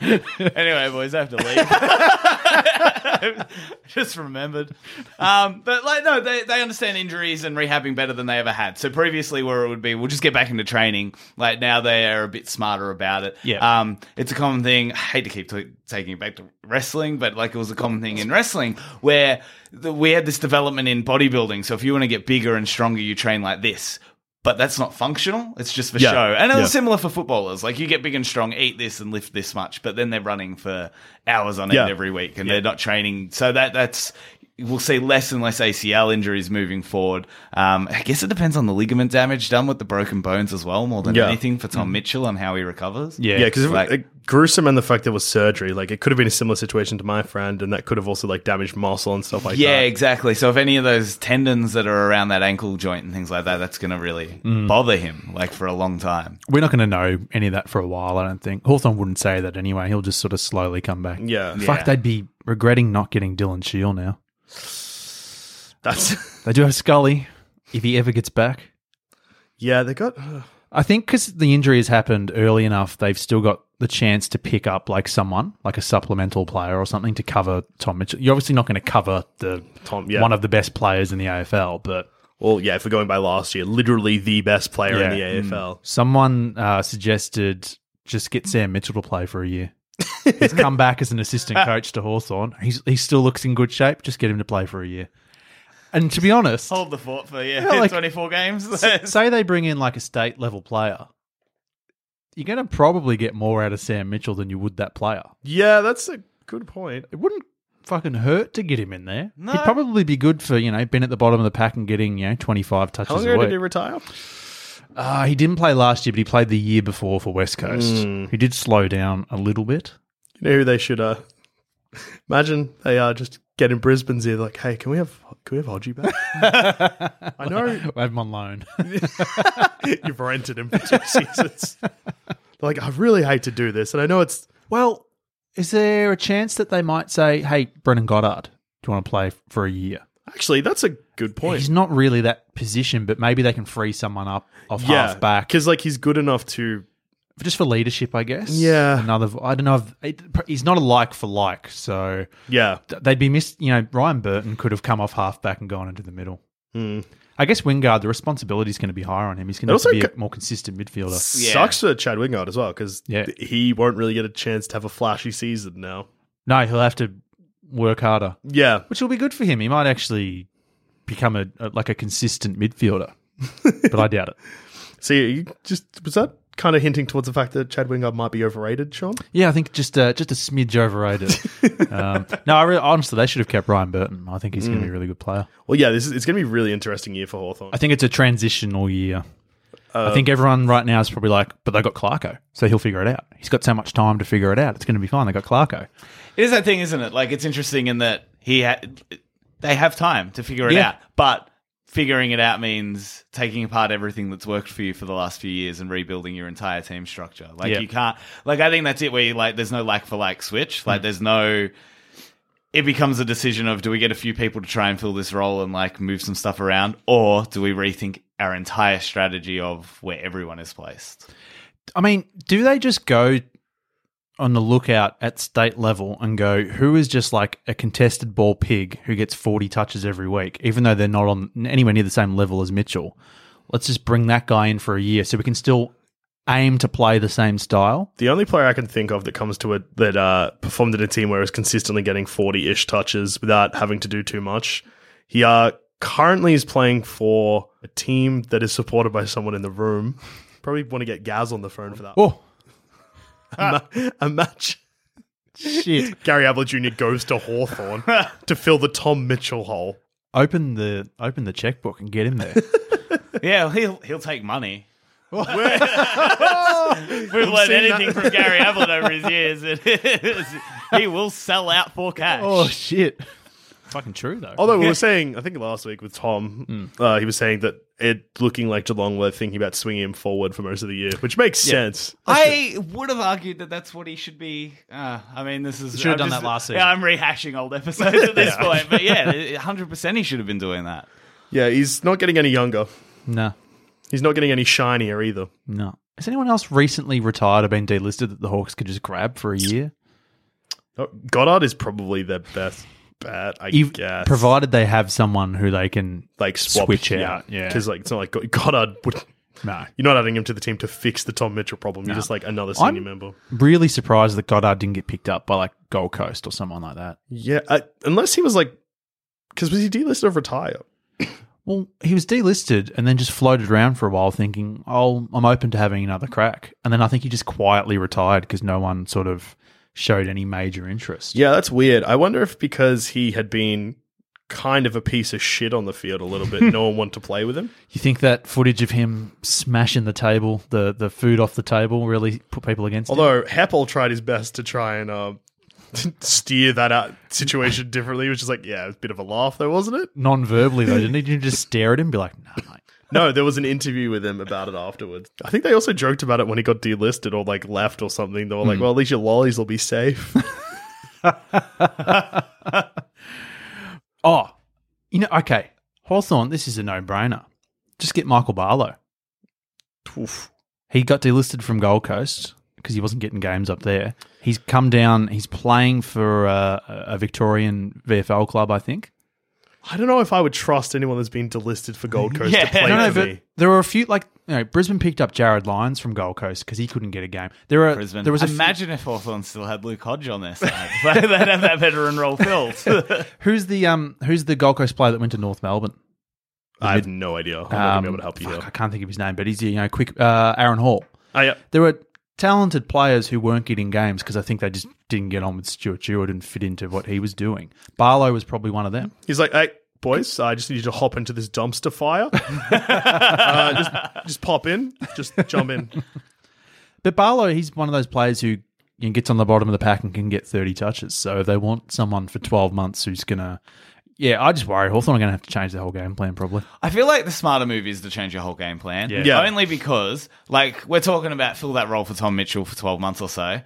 S4: anyway, boys, I have to leave. Just remembered. Um, but like, no, they, they understand injuries and rehabbing better than they ever had. So previously, where it would be, we'll just get back into training. Like now, they are a bit smarter about it.
S3: Yeah.
S4: Um, it's a common thing. I hate to keep t- taking it back to wrestling, but like it was a common thing in wrestling where the, we had this development in bodybuilding. So if you want to get bigger and stronger, you train like this. But that's not functional. It's just for
S2: Yeah.
S4: show. And it
S2: Yeah.
S4: was similar for footballers. Like you get big and strong, eat this and lift this much, but then they're running for hours on
S2: Yeah.
S4: end every week and they're not training. So that that's we'll see less and less ACL injuries moving forward. Um, I guess it depends on the ligament damage done with the broken bones as well, more than
S2: Yeah.
S4: anything for Tom Mitchell and how he recovers.
S2: Yeah, because
S4: Like-
S2: gruesome and the fact that it was surgery, like it could have been a similar situation to my friend, and that could have also like damaged muscle and stuff like
S4: yeah,
S2: that.
S4: exactly. So if any of those tendons that are around that ankle joint and things like that, that's going to really
S2: Mm.
S4: bother him like for a long time.
S3: we're not going to know any of that for a while. I don't think Hawthorn wouldn't say that anyway. He'll just sort of slowly come back.
S2: Yeah.
S3: fuck,
S4: Yeah.
S3: they'd be regretting not getting Dylan Shield now.
S2: That's
S3: They do have Scully if he ever gets back.
S2: yeah, they got uh,
S3: I think because the injury has happened early enough, they've still got the chance to pick up like someone, like a supplemental player or something, to cover Tom Mitchell. You're obviously not going to cover the
S2: Tom, yeah.
S3: one of the best players in the AFL, but
S2: well, yeah. If we're going by last year, literally the best player
S3: Yeah. Mm.
S2: in the AFL.
S3: Someone uh, suggested just get Sam Mitchell to play for a year. He's come back as an assistant coach to Hawthorn. He's, he still looks in good shape. Just get him to play for a year. And to be honest,
S4: Hold the fort for yeah,
S3: Yeah, like-
S4: 24 games.
S3: say they bring in like a state level player, you're going to probably get more out of Sam Mitchell than you would that player.
S2: Yeah, that's a good point.
S3: It wouldn't fucking hurt to get him in there.
S4: No.
S3: He'd probably be good for, you know, being at the bottom of the pack and getting, you know, 25 touches
S2: How long
S3: a
S2: ago
S3: week.
S2: did he retire?
S3: Uh,
S2: Hmm.
S3: he didn't play last year, but he played the year before for West Coast. He did slow down a little bit.
S2: You know who they should uh imagine they uh just get in Brisbane's ear like, hey, can we have can we have Hodgie back? I know
S3: I have him on loan.
S2: you've rented him for two seasons. They're like, I really hate to do this, and I know it's
S3: well, is there a chance that they might say, "Hey, Brennan Goddard, do you want to play for a year?"
S2: actually that's a good point.
S3: He's not really that position, but maybe they can free someone up off
S2: yeah,
S3: half back
S2: because like he's good enough to
S3: just for leadership, I guess.
S2: Yeah.
S3: another. I don't know. If, it- he's not a like for like, so
S2: yeah
S3: th- they'd be missed. You know, Ryan Burton could have come off half back and gone into the middle. I guess Wingard, the responsibility is going to be higher on him. He's going to
S2: It
S3: have to
S2: also
S3: be a
S2: co-
S3: more consistent midfielder.
S4: Yeah.
S2: sucks for Chad Wingard as well because
S3: Yeah.
S2: he won't really get a chance to have a flashy season now.
S3: No, he'll have to work harder,
S2: Yeah,
S3: which will be good for him. He might actually become a, a like a consistent midfielder, but I doubt it.
S2: see, you just was that kind of hinting towards the fact that Chad Wingard might be overrated, Sean?
S3: Yeah, I think just uh, just a smidge overrated. um, no, I really, honestly, they should have kept Ryan Burton. I think he's going to be a really good player.
S2: Well, yeah, this is it's going to be a really interesting year for Hawthorn.
S3: I think it's a transitional year. I think everyone right now is probably like, but they got Clarko, so he'll figure it out. He's got so much time to figure it out. It's going to be fine. They got Clarko.
S4: It is that thing, isn't it? Like it's interesting in that he ha- they have time to figure it
S3: Yeah.
S4: out, but figuring it out means taking apart everything that's worked for you for the last few years and rebuilding your entire team structure. Like
S3: Yeah.
S4: you can't. Like I think that's it. Where you like, there's no like for like switch.
S3: Mm.
S4: Like there's no. It becomes a decision of do we get a few people to try and fill this role and like move some stuff around, or do we rethink our entire strategy of where everyone is placed?
S3: I mean, do they just go on the lookout at state level and go, who is just like a contested ball pig who gets 40 touches every week, even though they're not on anywhere near the same level as Mitchell? Let's just bring that guy in for a year so we can still aim to play the same style.
S2: The only player I can think of that comes to it that uh, performed in a team where he was consistently getting 40 ish touches without having to do too much. He uh, currently is playing for a team that is supported by someone in the room. Probably want to get Gaz on the phone for that.
S3: Oh,
S2: A match.
S3: shit.
S2: Gary Ablett Jr. goes to Hawthorn to fill the Tom Mitchell hole.
S3: open the open the checkbook and get him there.
S4: Yeah, he'll he'll take money. We've learned anything from Gary Ablett over his years. It is, he will sell out for cash.
S3: oh shit. Oh. Fucking true though.
S2: Although we were saying, I think last week with Tom,
S3: Hmm.
S2: uh, he was saying that it looking like Geelong were thinking about swinging him forward for most of the year, which makes sense.
S4: I would have argued that that's what he should be. Uh, I mean, this is
S3: should have done
S4: I'm
S3: that last
S4: Yeah,
S3: season.
S4: I'm rehashing old episodes at this point, but yeah, 100 percent he should have been doing that.
S2: Yeah, he's not getting any younger.
S3: no.
S2: He's not getting any shinier either.
S3: No. Has anyone else recently retired or been delisted that the Hawks could just grab for a year?
S2: Oh, Goddard is probably their best bet, I
S3: Ev-
S2: guess.
S3: Provided they have someone who they can
S2: like swap,
S3: switch out. Yeah.
S2: Because like it's not like God- Goddard would.
S3: No.
S2: You're not adding him to the team to fix the Tom Mitchell problem. You're just like another senior
S3: I'm-
S2: member.
S3: Really surprised that Goddard didn't get picked up by like Gold Coast or someone like that.
S2: Yeah, uh, unless he was like, because was he delisted or retire?
S3: Well, he was delisted and then just floated around for a while thinking, oh, I'm open to having another crack. And then I think he just quietly retired because no one sort of showed any major interest.
S2: Yeah, that's weird. I wonder if because he had been kind of a piece of shit on the field a little bit, no one wanted to play with him.
S3: You think that footage of him smashing the table, the, the food off the table, really put people against him?
S2: Although Heppel tried his best to try and uh, steer that out situation differently, which is like, yeah, it was a bit of a laugh though, wasn't it?
S3: Non-verbally though, didn't he? Didn't you just stare at him and be like, nah, mate.
S2: No, there was an interview with him about it afterwards. I think they also joked about it when he got delisted or like left or something. They were like, well, at least your lollies will be safe.
S3: Oh, you know, okay. Hawthorn, this is a no-brainer. Just get Michael Barlow. He got delisted from Gold Coast because he wasn't getting games up there. He's come down. He's playing for uh, a Victorian VFL club, I think.
S2: I don't know if I would trust anyone that's been delisted for Gold Coast
S4: Yeah.
S2: to play
S3: No, no,
S2: for
S3: but
S2: me.
S3: there were a few like you know Brisbane picked up Jared Lyons from Gold Coast because he couldn't get a game. There were
S4: Brisbane.
S3: there was a few-
S4: Imagine if Hawthorn still had Luke Hodge on their side. They'd have that veteran role filled.
S3: who's the um who's the Gold Coast player that went to North Melbourne?
S2: I have no idea. I'm not going to be able to help you
S3: Um, fuck, I
S2: here.
S3: can't think of his name, but he's you know quick uh, Aaron Hall.
S2: Oh, yeah.
S3: There were talented players who weren't getting games because I think they just didn't get on with Stuart Stewart and fit into what he was doing. Barlow was probably one of them.
S2: He's like, hey, boys, I just need you to hop into this dumpster fire. uh, just, just pop in. Just jump in.
S3: But Barlow, he's one of those players who you know, gets on the bottom of the pack and can get 30 touches. So they want someone for 12 months who's going to. Yeah, I just worry Hawthorn are going to have to change their whole game plan probably.
S4: I feel like the smarter move is to change your whole game plan.
S3: Yeah.
S2: Yeah.
S4: Only because, like, we're talking about fill that role for Tom Mitchell for 12 months or so.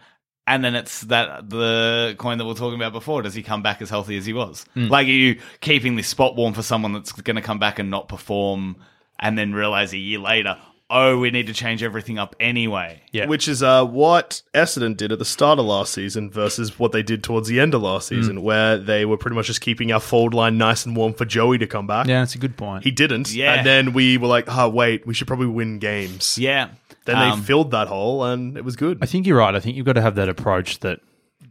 S4: And then it's that the coin that we are talking about before. Does he come back as healthy as he was?
S2: Hmm.
S4: Like, are you keeping this spot warm for someone that's going to come back and not perform and then realize a year later, oh, we need to change everything up anyway?
S3: Yeah.
S2: Which is uh, what Essendon did at the start of last season versus what they did towards the end of last
S3: Mm.
S2: season, where they were pretty much just keeping our forward line nice and warm for Joey to come back.
S3: Yeah, that's a good point.
S2: He didn't.
S4: Yeah.
S2: And then we were like, oh, wait, we should probably win games.
S4: Yeah.
S2: Then
S4: Um,
S2: they filled that hole and it was good.
S3: I think you're right. I think you've got to have that approach that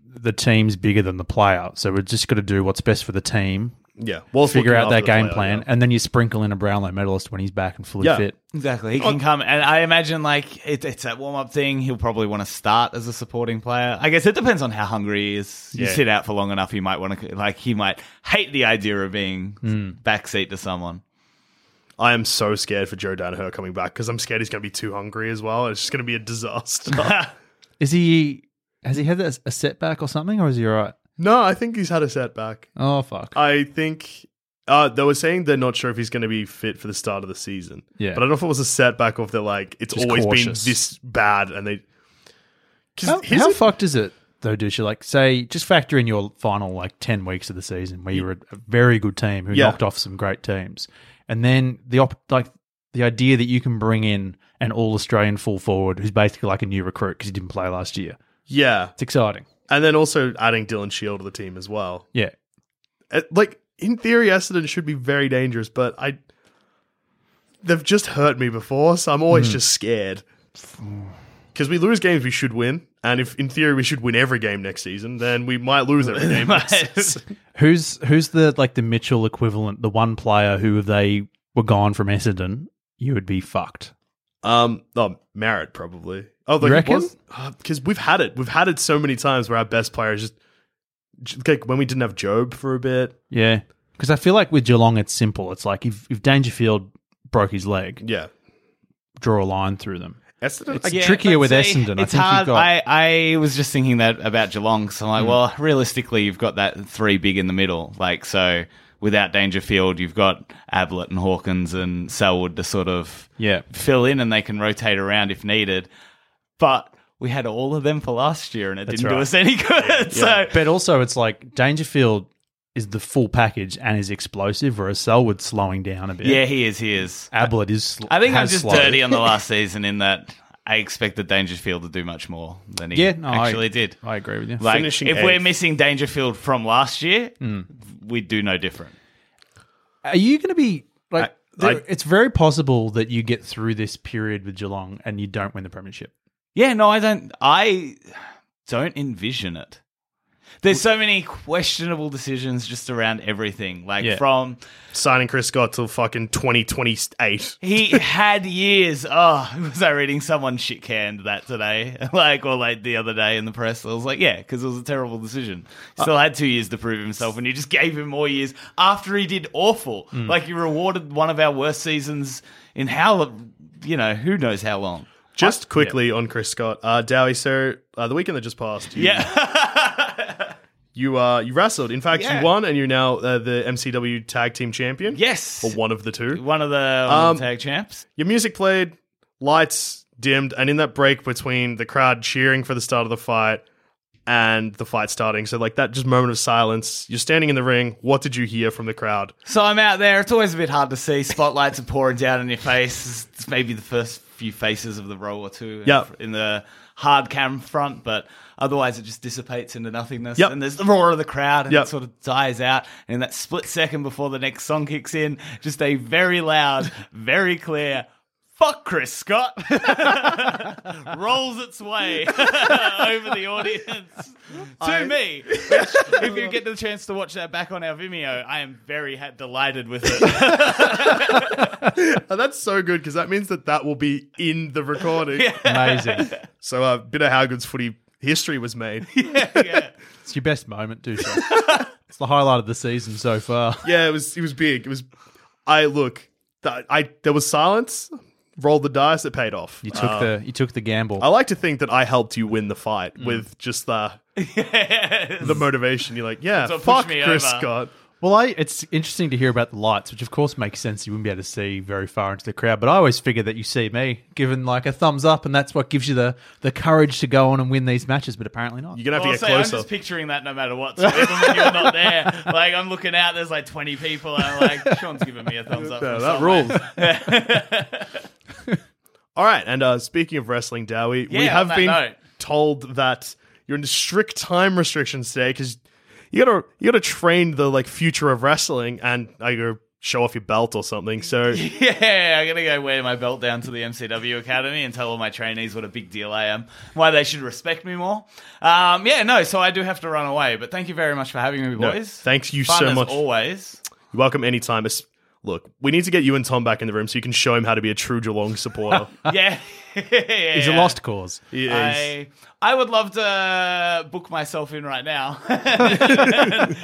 S3: the team's bigger than the player. So we've just got to do what's best for the team,
S2: yeah. Whilst
S3: figure
S2: looking
S3: out that
S2: after the
S3: game
S2: player,
S3: plan,
S2: yeah.
S3: and then you sprinkle in a Brownlow medalist when he's back and fully
S2: Yeah.
S3: fit.
S4: Exactly.
S3: Oh.
S4: He can come, and I imagine like it, it's that warm up thing. He'll probably want to start as a supporting player. I guess it depends on how hungry he is. You
S2: Yeah.
S4: sit out for long enough, he might want to like he might hate the idea of being
S3: Hmm.
S4: backseat to someone.
S2: I am so scared for Joe Danaher coming back because I'm scared he's going to be too hungry as well. It's just going to be a disaster.
S3: Is he? Has he had a, a setback or something, or is he all right?
S2: no, I think he's had a setback.
S3: Oh fuck!
S2: I think uh, they were saying they're not sure if he's going to be fit for the start of the season.
S3: Yeah.
S2: but I don't know if it was a setback or if they're like it's
S3: Just
S2: always
S3: cautious.
S2: been this bad, and they. 'Cause
S3: how
S2: here's
S3: how
S2: the-
S3: fucked is it though, Dusha? Like, say, just factor in your final like ten weeks of the season where you were a very good team who
S2: Yeah.
S3: knocked off some great teams, and then the op- like the idea that you can bring in an all Australian full forward who's basically like a new recruit because he didn't play last year.
S2: yeah,
S3: It's exciting.
S2: and then also adding Dylan Shield to the team as well.
S3: Yeah.
S2: Uh, Like in theory, Essendon should be very dangerous, but I. They've just hurt me before, so I'm
S3: Hmm.
S2: always just scared. Because we lose games we should win, and if in theory we should win every game next season, then we might lose every game next season.
S3: Who's who's the like the Mitchell equivalent, the one player who if they were gone from Essendon, you would be fucked.
S2: Um, oh, Merritt probably. Oh, like
S3: You reckon?
S2: Because we've had it. We've had it so many times where our best player is just j- like when we didn't have Job for a bit.
S3: Yeah. Because I feel like with Geelong it's simple. It's like if, if Dangerfield broke his leg,
S2: Yeah,
S3: draw a line through them.
S2: Essendon.
S3: It's
S2: I-
S3: trickier
S4: but
S3: with
S4: see,
S3: Essendon. I
S4: It's
S3: think you've
S4: hard.
S3: got- Hmm.
S4: I, I was just thinking that about Geelong. So I'm like, well, realistically, you've got that three big in the middle. Like, so without Dangerfield, you've got Ablett and Hawkins and Selwood to sort of
S3: Yeah.
S4: fill in and they can rotate around if needed. But we had all of them for last year and it didn't do
S3: right.
S4: us any good. So
S3: But also it's like Dangerfield is the full package and is explosive, whereas Selwood's slowing down a bit.
S4: yeah, he is. He is.
S3: Ablett is sl-
S4: I think I'm
S3: has
S4: just
S3: slowed.
S4: dirty on the last season in that I expected Dangerfield to do much more than he
S3: Yeah, no, I-
S4: actually did.
S3: I agree with you.
S4: Like, if
S2: Finishing
S4: we're
S2: eighth.
S4: missing Dangerfield from last year,
S3: Mm.
S4: we do no different.
S3: Are you going to be like?
S2: I-
S3: there- it's very possible that you get through this period with Geelong and you don't win the premiership.
S4: Yeah, no, I don't. I don't envision it. There's so many questionable decisions just around everything. Like
S3: Yeah.
S4: from
S2: signing Chris Scott till fucking twenty twenty eight.
S4: he had years. Oh, was I reading someone shit canned that today? Like or like the other day in the press? I was like, yeah, because it was a terrible decision. Still had two years to prove himself, and you just gave him more years after he did awful. Like you rewarded one of our worst seasons in how you know who knows how long.
S2: Just quickly on Chris Scott, uh, Dowie. So uh, the weekend that just passed, you,
S4: Yeah.
S2: you uh, you wrestled. In fact,
S4: Yeah.
S2: you won, and you're now uh, the MCW Tag Team Champion.
S4: yes.
S2: or one of the two.
S4: One of the one of the
S2: Um,
S4: tag champs.
S2: Your music played, lights dimmed, and in that break between the crowd cheering for the start of the fight and the fight starting, so like that just moment of silence, you're standing in the ring. What did you hear from the crowd?
S4: So I'm out there. It's always a bit hard to see. Spotlights are pouring down on your face. It's maybe the first few faces of the row or two in-
S2: Yep.
S4: in the hard cam front, but otherwise it just dissipates into nothingness.
S2: Yep.
S4: And there's the roar of the crowd and
S2: Yep.
S4: it sort of dies out. And in that split second before the next song kicks in, just a very loud, very clear. Fuck Chris Scott rolls its way over the audience to me. Which, if you get the chance to watch that back on our Vimeo, I am very ha- delighted with it.
S2: Oh, that's so good because that means that that will be in the recording.
S3: Amazing.
S2: So a bit of how good's footy history was made. Yeah.
S4: yeah.
S3: it's your best moment, dude. it's the highlight of the season so far.
S2: it was it was big. It was. I look. That, I there was silence. rolled the dice. It paid off. Uh,
S3: You
S4: Uh,
S3: took the you took the gamble.
S2: I like to think that I helped you win the fight with just the the motivation. You're like, yeah,
S4: what pushed
S2: fuck
S4: me
S2: Chris
S4: over.
S2: Scott.
S3: Well, I, it's interesting to hear about the lights, which of course makes sense. You wouldn't be able to see very far into the crowd, but I always figure that you see me given like a thumbs up, and that's what gives you the, the courage to go on and win these matches. But apparently not.
S2: You're gonna have
S4: Well,
S2: to
S4: say,
S2: get
S4: I'm
S2: closer.
S4: just picturing that no matter what. So even when you're not there, like I'm looking out, there's like 20 people, and I'm like, Sean's giving me a thumbs up.
S2: Yeah,
S4: from
S2: that
S4: somewhere.
S2: rules. All right, and uh, speaking of wrestling, Dowie, we
S4: Yeah, on
S2: have
S4: that
S2: been
S4: note.
S2: told that you're in strict time restrictions today because you gotta you gotta train the like future of wrestling and uh, you show off your belt or something. So
S4: Yeah, I'm gonna go wear my belt down to the MCW Academy and tell all my trainees what a big deal I am, why they should respect me more. Um, yeah, no, so I do have to run away, but thank you very much for having me,
S2: No,
S4: boys.
S2: thanks you
S4: Fun
S2: so
S4: as
S2: much.
S4: Always.
S2: You're welcome anytime. It's- Look, we need to get you and Tom back in the room so you can show him how to be a true Geelong supporter.
S4: Yeah.
S3: He's a lost cause.
S2: He is-
S4: I, I would love to uh, book myself in right now.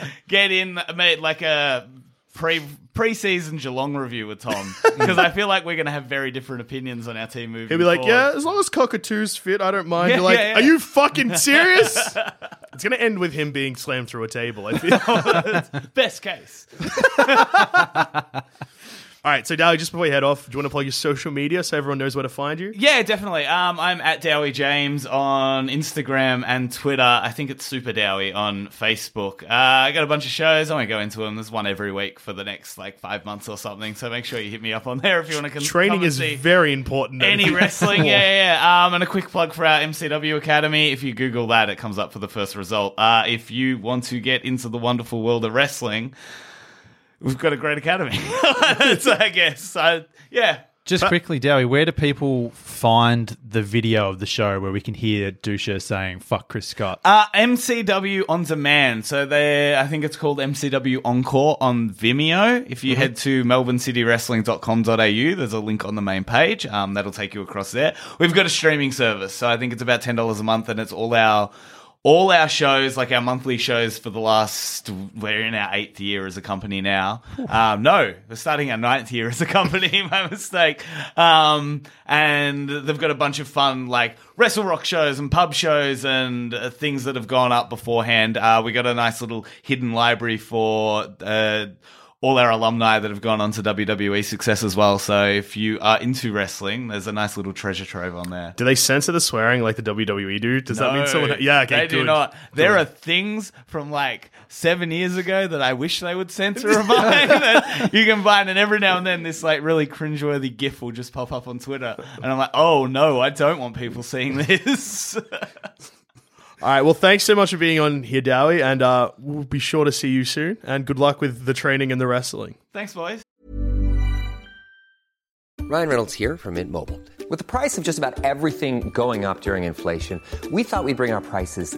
S4: Get in, mate, like a pre pre-season Geelong review with Tom because I feel like we're going to have very different opinions on our team moving.
S2: He'll be like,
S4: forward.
S2: yeah, as long as Cockatoo's fit, I don't mind.
S4: Yeah,
S2: You're like,
S4: yeah, yeah.
S2: are you fucking serious? it's going to end with him being slammed through a table, I feel. All
S4: best case.
S2: right, so Dowie, just before you head off, do you want to plug your social media so everyone knows where to find you?
S4: Yeah, definitely. Um, I'm at Dowie James on Instagram and Twitter. I think it's Super Dowie on Facebook. Uh, I got a bunch of shows. I'm gonna go into them. There's one every week for the next like five months or something. So make sure you hit me up on there if you want to. Con-
S2: Training
S4: come and
S2: is
S4: see
S2: very important.
S4: any wrestling. yeah, yeah. yeah. Um, and a quick plug for our MCW Academy. If you Google that, it comes up for the first result. Uh, if you want to get into the wonderful world of wrestling, we've got a great academy. so I guess. I, yeah.
S3: Just quickly, Dowie, where do people find the video of the show where we can hear Dusha saying "fuck Chris Scott"?
S4: Uh, MCW on demand. So they, I think it's called MCW Encore on Vimeo. If you head to melbournecitywrestling.com.au, there's a link on the main page. Um, that'll take you across there. We've got a streaming service. So I think it's about $10 a month and it's all our, all our shows, like our monthly shows for the last, we're in our eighth year as a company now. Um, no, we're starting our ninth year as a company. My mistake. Um, and they've got a bunch of fun, like wrestle rock shows and pub shows and uh, things that have gone up beforehand. Uh, we got a nice little hidden library for uh, all our alumni that have gone on to WWE success as well. So if you are into wrestling, there's a nice little treasure trove on there.
S2: Do they censor the swearing like the WWE do? Does that mean
S4: No,
S2: someone. Yeah, okay,
S4: they do
S2: good.
S4: not. There are things from like seven years ago that I wish they would censor or mine. that you can find, and every now and then this like really cringeworthy GIF will just pop up on Twitter, and I'm like, oh no, I don't want people seeing this.
S2: All right, well, thanks so much for being on here, Dowie, and uh, we'll be sure to see you soon. And good luck with the training and the wrestling.
S4: Thanks, boys.
S5: Ryan Reynolds here from Mint Mobile. With the price of just about everything going up during inflation, we thought we'd bring our prices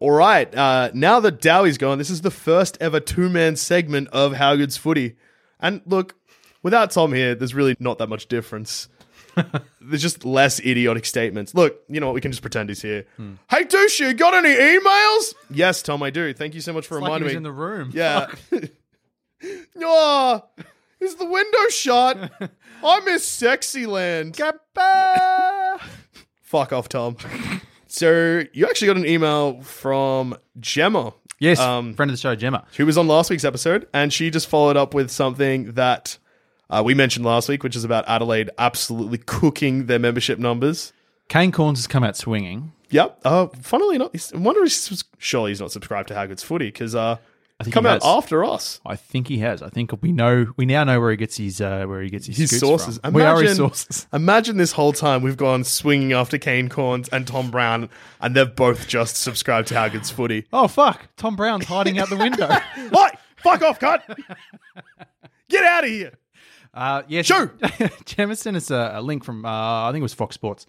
S2: All right. Uh, now that Dowie's gone, this is the first ever two man segment of How Good's Footy. And look, without Tom here, there's really not that much difference. there's just less idiotic statements. Look, you know what? We can just pretend he's here. Hey, Douche, you got any emails? Yes, Tom, I do. Thank you so much for reminding me.
S3: room.
S2: yeah. Aw, is the window shot? I miss Sexyland. Fuck off, Tom. So you actually got an email from Gemma.
S3: Yes,
S2: Um,
S3: friend of the show, Gemma.
S2: who was on last week's episode, and she just followed up with something that uh, we mentioned last week, which is about Adelaide absolutely cooking their membership numbers.
S3: Kane Corns has come out swinging.
S2: Yep. Uh, funnily enough, he's- I wonder if he's, surely he's not subscribed to How Good's Footy because uh,
S3: I think
S2: come
S3: he
S2: out
S3: has.
S2: after us.
S3: I think he has. I think we know. We now know where he gets his uh, where he gets his,
S2: His
S3: scoots
S2: sources.
S3: From. We are his sources.
S2: Imagine this whole time we've gone swinging after Kane Corns and Tom Brown, and they've both just subscribed to How Good's Footy.
S3: Oh fuck! Tom Brown's hiding out the window.
S2: Oi! Fuck off, cut! Get out of here!
S3: uh, yes,
S2: Sure.
S3: Gemma sent us a, a link from uh, I think it was Fox Sports,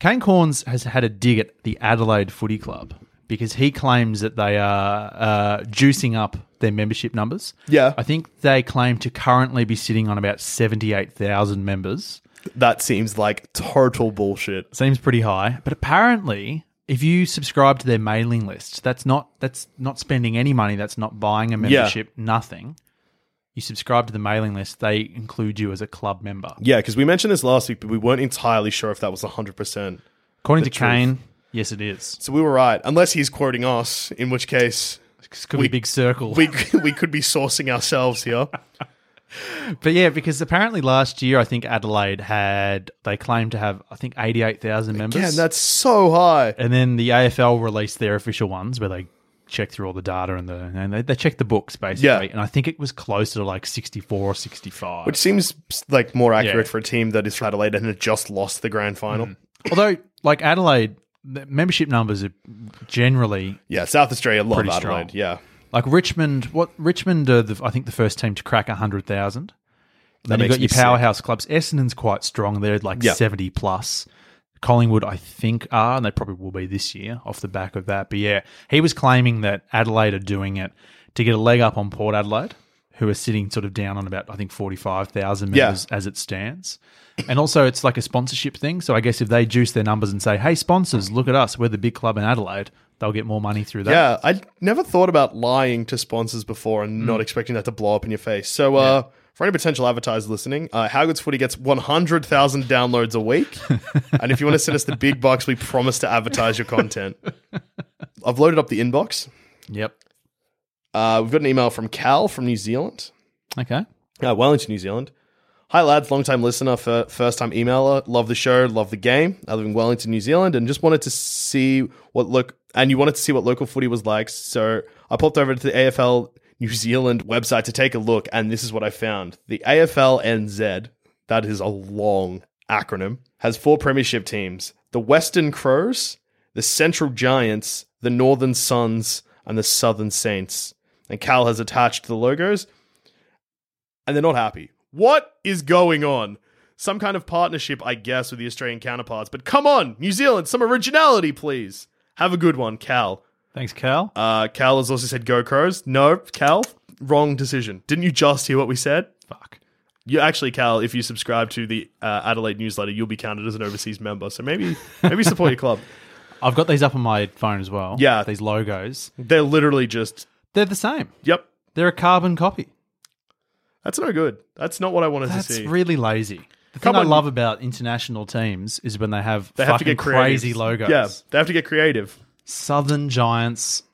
S3: Kane Corns has had a dig at the Adelaide Footy Club because he claims that they are uh, juicing up their membership numbers.
S2: Yeah.
S3: I think they claim to currently be sitting on about 78,000 members.
S2: That seems like total bullshit.
S3: Seems pretty high, but apparently if you subscribe to their mailing list, that's not that's not spending any money, that's not buying a membership, nothing. You subscribe to the mailing list, they include you as a club member.
S2: Yeah, because we mentioned this last week, but we weren't entirely sure if that was 100%.
S3: According to
S2: truth.
S3: Kane, yes it is.
S2: So we were right, unless he's quoting us, in which case
S3: It's could be a big circle.
S2: we, we could be sourcing ourselves here.
S3: But yeah, because apparently last year, I think Adelaide had, they claimed to have, I think, 88,000 members.
S2: Yeah, that's so high.
S3: and then the AFL released their official ones where they check through all the data and the and they, they check the books basically.
S2: Yeah.
S3: And I think it was closer to like 64 or 65.
S2: Which seems like more accurate
S3: Yeah. Mm-hmm.
S2: for a team that is from Adelaide and had just lost the grand final.
S3: Although, like Adelaide, the membership numbers are generally
S2: Yeah, South Australia love
S3: Pretty strong.
S2: Adelaide. Yeah.
S3: like Richmond. What Richmond are, the, I think, the first team to crack 100,000. Then you've
S2: makes
S3: got
S2: me
S3: your
S2: sick.
S3: powerhouse clubs. Essendon's quite strong. They're like
S2: Yeah.
S3: 70 plus. Collingwood, I think, are, and they probably will be this year off the back of that. But yeah, he was claiming that Adelaide are doing it to get a leg up on Port Adelaide, who are sitting sort of down on about, I think, 45,000
S2: Yeah.
S3: members as it stands. And also, it's like a sponsorship thing. So I guess if they juice their numbers and say, hey, sponsors, look at us, we're the big club in Adelaide, they'll get more money through that.
S2: Yeah, I never thought about lying to sponsors before and not
S3: Mm.
S2: expecting that to blow up in your face. So, uh, for any potential advertisers listening, uh, How Goods Footy gets 100,000 downloads a week. and if you want to send us the big bucks, we promise to advertise your content. I've loaded up the inbox.
S3: Yep.
S2: Uh, we've got an email from Cal from New Zealand,
S3: Okay.
S2: uh, Wellington, New Zealand. Hi, lads, long time listener, fir- first time emailer. Love the show, love the game. I live in Wellington, New Zealand, and just wanted to see what look and you wanted to see what local footy was like. So I popped over to the AFL New Zealand website to take a look, and this is what I found: the AFLNZ. That is a long acronym. Has four premiership teams: the Western Crows, the Central Giants, the Northern Suns, and the Southern Saints. And Cal has attached the logos and they're not happy. What is going on? Some kind of partnership, I guess, with the Australian counterparts. But come on, New Zealand, some originality, please. Have a good one, Cal.
S3: Thanks, Cal.
S2: Uh, Cal has also said go crows. No, Cal, wrong decision. Didn't you just hear what we said?
S3: Fuck.
S2: You actually, Cal, if you subscribe to the uh, Adelaide newsletter, you'll be counted as an overseas member. So maybe, maybe support your club.
S3: I've got these up on my phone as well.
S2: Yeah.
S3: These logos.
S2: They're literally just,
S3: They're the same.
S2: yep,
S3: They're a carbon copy.
S2: that's no good. That's not what I wanted to
S3: That's
S2: see.
S3: really lazy. The
S2: Come
S3: thing
S2: on.
S3: I love about international teams is when they have
S2: they
S3: fucking
S2: have to get creative.
S3: crazy logos.
S2: Yeah, they have to get creative.
S3: Southern Giants.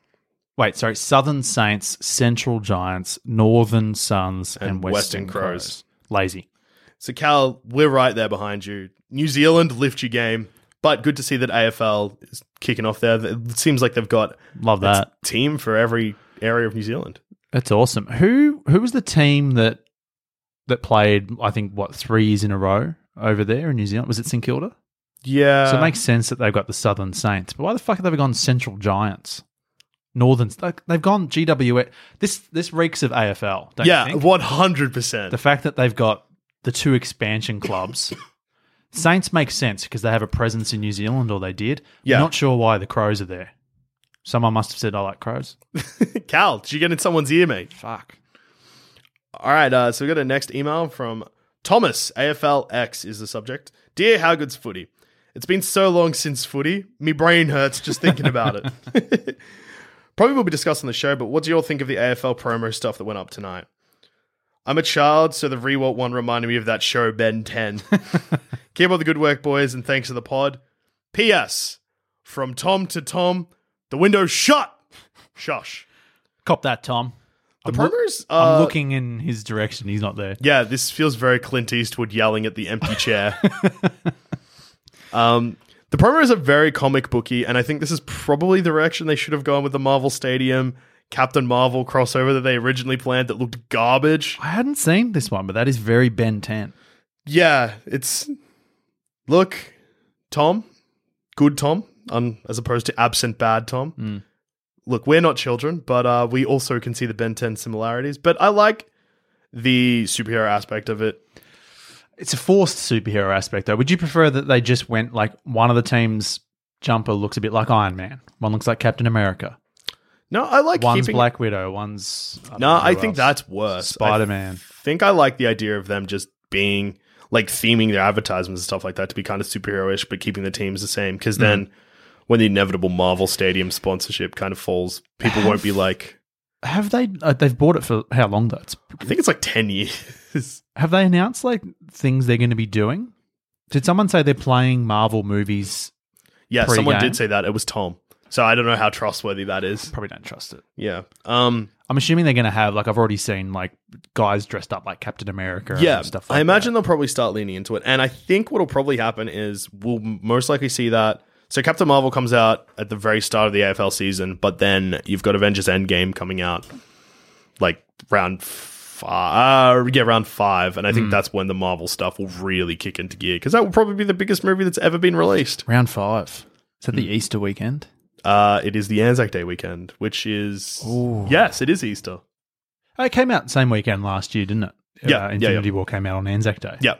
S3: Wait, sorry. Southern Saints, Central Giants, Northern Suns, and,
S2: And
S3: Western,
S2: Western
S3: Crows.
S2: Crows.
S3: Lazy.
S2: So Cal, we're right there behind you. New Zealand lift your game, but good to see that AFL is kicking off there. It seems like they've got
S3: Love that.
S2: a team for every area of New Zealand.
S3: That's awesome. Who who was the team that that played? I think what three years in a row over there in New Zealand was it St Kilda?
S2: Yeah,
S3: So it makes sense that they've got the Southern Saints, but why the fuck have they gone Central Giants? Northern, like, they've gone GWS. This this reeks of AFL. Don't you
S2: yeah,
S3: think?
S2: one hundred percent.
S3: the fact that they've got the two expansion clubs. Saints make sense because they have a presence in New Zealand, or they did.
S2: Yeah.
S3: not sure why the Crows are there. Someone must have said, "I like Crows."
S2: Cal, did you get in someone's ear, mate?
S3: Fuck.
S2: All right, uh, so we got a next email from Thomas. AFLX is the subject. Dear How Good's Footy, it's been so long since footy, me brain hurts just thinking about it. Probably will be discussed on the show, but what do you all think of the AFL promo stuff that went up tonight? I'm a child, so the Rewalt one reminded me of that show, Ben 10. Keep up the good work, boys, and thanks to the pod. P.S. From Tom to Tom, the window's shut. Shush.
S3: Cop that, Tom.
S2: The
S3: I'm loo-
S2: promos.
S3: I'm
S2: uh,
S3: looking in his direction. He's not there.
S2: Yeah, this feels very Clint Eastwood yelling at the empty chair. um, the promos are very comic booky, and I think this is probably the direction they should have gone with the Marvel Stadium Captain Marvel crossover that they originally planned that looked garbage.
S3: I hadn't seen this one, but that is very Ben 10.
S2: Yeah, it's look, Tom, good Tom, um, as opposed to absent bad Tom. Look, we're not children, but uh, we also can see the Ben 10 similarities. But I like the superhero aspect of it.
S3: It's a forced superhero aspect, though. Would you prefer that they just went like one of the team's jumper looks a bit like Iron Man, one looks like Captain America,
S2: No, I like
S3: one's
S2: keeping.
S3: Black Widow, one's I don't
S2: no,
S3: know who
S2: I think
S3: else.
S2: that's worse.
S3: Spider-Man.
S2: I think I like the idea of them just being like theming their advertisements and stuff like that to be kind of superheroish, but keeping the teams the same. Because
S3: Mm.
S2: then, when the inevitable Marvel Stadium sponsorship kind of falls, people won't be like.
S3: Have they? Uh, they've bought it for how long? That's
S2: I think it's like ten years.
S3: have they announced like things they're going to be doing? Did someone say they're playing Marvel movies?
S2: yeah,
S3: Pre-game.
S2: someone did say that. It was Tom. So I don't know how trustworthy that is.
S3: Probably don't trust it.
S2: Yeah. Um.
S3: I'm assuming they're going to have like I've already seen like guys dressed up like Captain America.
S2: yeah
S3: and stuff.
S2: i
S3: like
S2: imagine
S3: that.
S2: they'll probably start leaning into it and i think what'll probably happen is we'll most likely see that so captain marvel comes out at the very start of the afl season but then you've got avengers endgame coming out like round five uh, yeah round five and i
S3: Hmm.
S2: think that's when the marvel stuff will really kick into gear because that will probably be the biggest movie that's ever been released
S3: round five. Is that the
S2: Hmm.
S3: Easter weekend?
S2: uh, it is the anzac day weekend which is yes it is easter
S3: Oh, it came out same weekend last year, didn't it?
S2: Yeah, yeah,
S3: uh,
S2: yeah.
S3: Infinity War came out on Anzac Day.
S2: yeah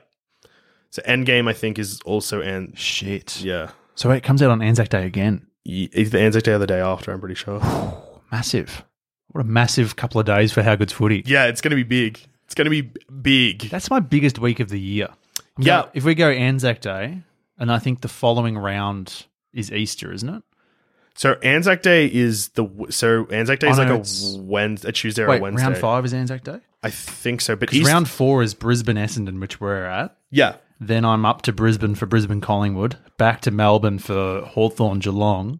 S2: so endgame i think is also and
S3: Shit.
S2: yeah
S3: So it comes out on Anzac Day again.
S2: Y- either Anzac Day or the day after, I'm pretty sure.
S3: Massive. What a massive couple of days for How Good's Footy.
S2: Yeah, it's going to be big. It's going to be big.
S3: That's my biggest week of the year. I'm
S2: Yeah.
S3: going- if we go Anzac Day, and I think the following round is Easter, isn't it?
S2: So Anzac Day is the w- so Anzac Day is
S3: Oh, no,
S2: like
S3: it's-
S2: a Wednesday, a Tuesday or a
S3: Wait,
S2: Wednesday.
S3: round five is Anzac Day?
S2: I think so, but
S3: Because
S2: East-
S3: round four is Brisbane Essendon, which we're at.
S2: yeah,
S3: Then I'm up to Brisbane for Brisbane Collingwood, back to Melbourne for Hawthorn Geelong.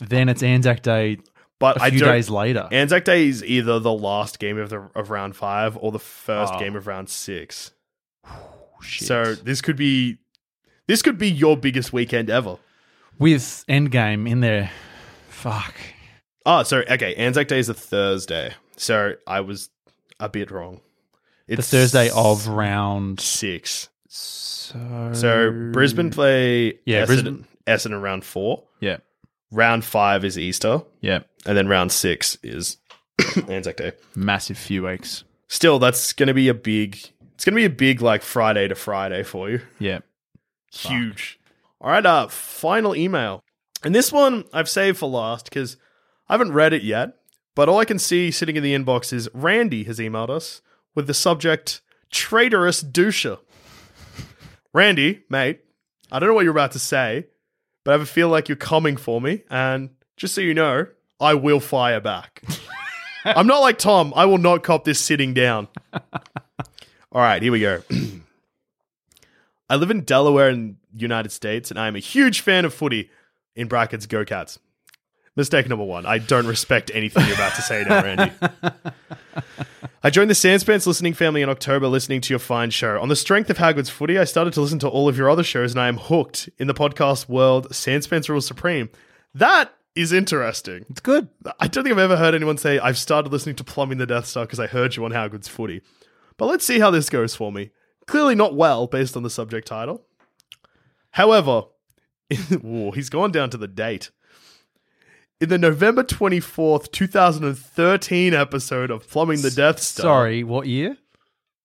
S3: Then it's Anzac Day
S2: but
S3: a
S2: I
S3: few
S2: don't-
S3: days later.
S2: Anzac Day is either the last game of the of round five or the first game of round six.
S3: Oh. Shit.
S2: So this could be this could be your biggest weekend ever.
S3: with Endgame in there, fuck.
S2: Oh, so okay, Anzac Day is a Thursday. So I was a bit wrong.
S3: The
S2: It's
S3: Thursday of round.
S2: six.
S3: So,
S2: So Brisbane play
S3: Yeah,
S2: Essendon,
S3: Brisbane-
S2: Essendon round four.
S3: Yeah,
S2: Round five is Easter,
S3: yeah.
S2: and then round six is Anzac Day.
S3: Massive few weeks.
S2: Still, that's going to be a big. It's going to be a big like Friday to Friday for you.
S3: Yeah.
S2: Huge. All right. Uh, final email, and this one I've saved for last because I haven't read it yet. But all I can see sitting in the inbox is Randy has emailed us with the subject "traitorous doucher." Randy, mate, I don't know what you're about to say, but I have a feel like you're coming for me. And just so you know, I will fire back. I'm not like Tom. I will not cop this sitting down. All right, here we go. I live in Delaware in the United States, and I am a huge fan of footy. In brackets, go cats. Mistake number one. I don't respect anything you're about to say now, Randy. I joined the Sandspants listening family in October listening to your fine show. On the strength of Hagwood's Footy, I started to listen to all of your other shows and I am hooked in the podcast world. Sandspants rules supreme. That is interesting.
S3: It's good.
S2: I don't think I've ever heard anyone say, I've started listening to Plumbing the Death Star because I heard you on How Good's Footy. But let's see how this goes for me. Clearly not well based on the subject title. However, Whoa, he's gone down to the date. In the November 24th, 2013 episode of Plumbing the Death Star.
S3: Sorry, what year?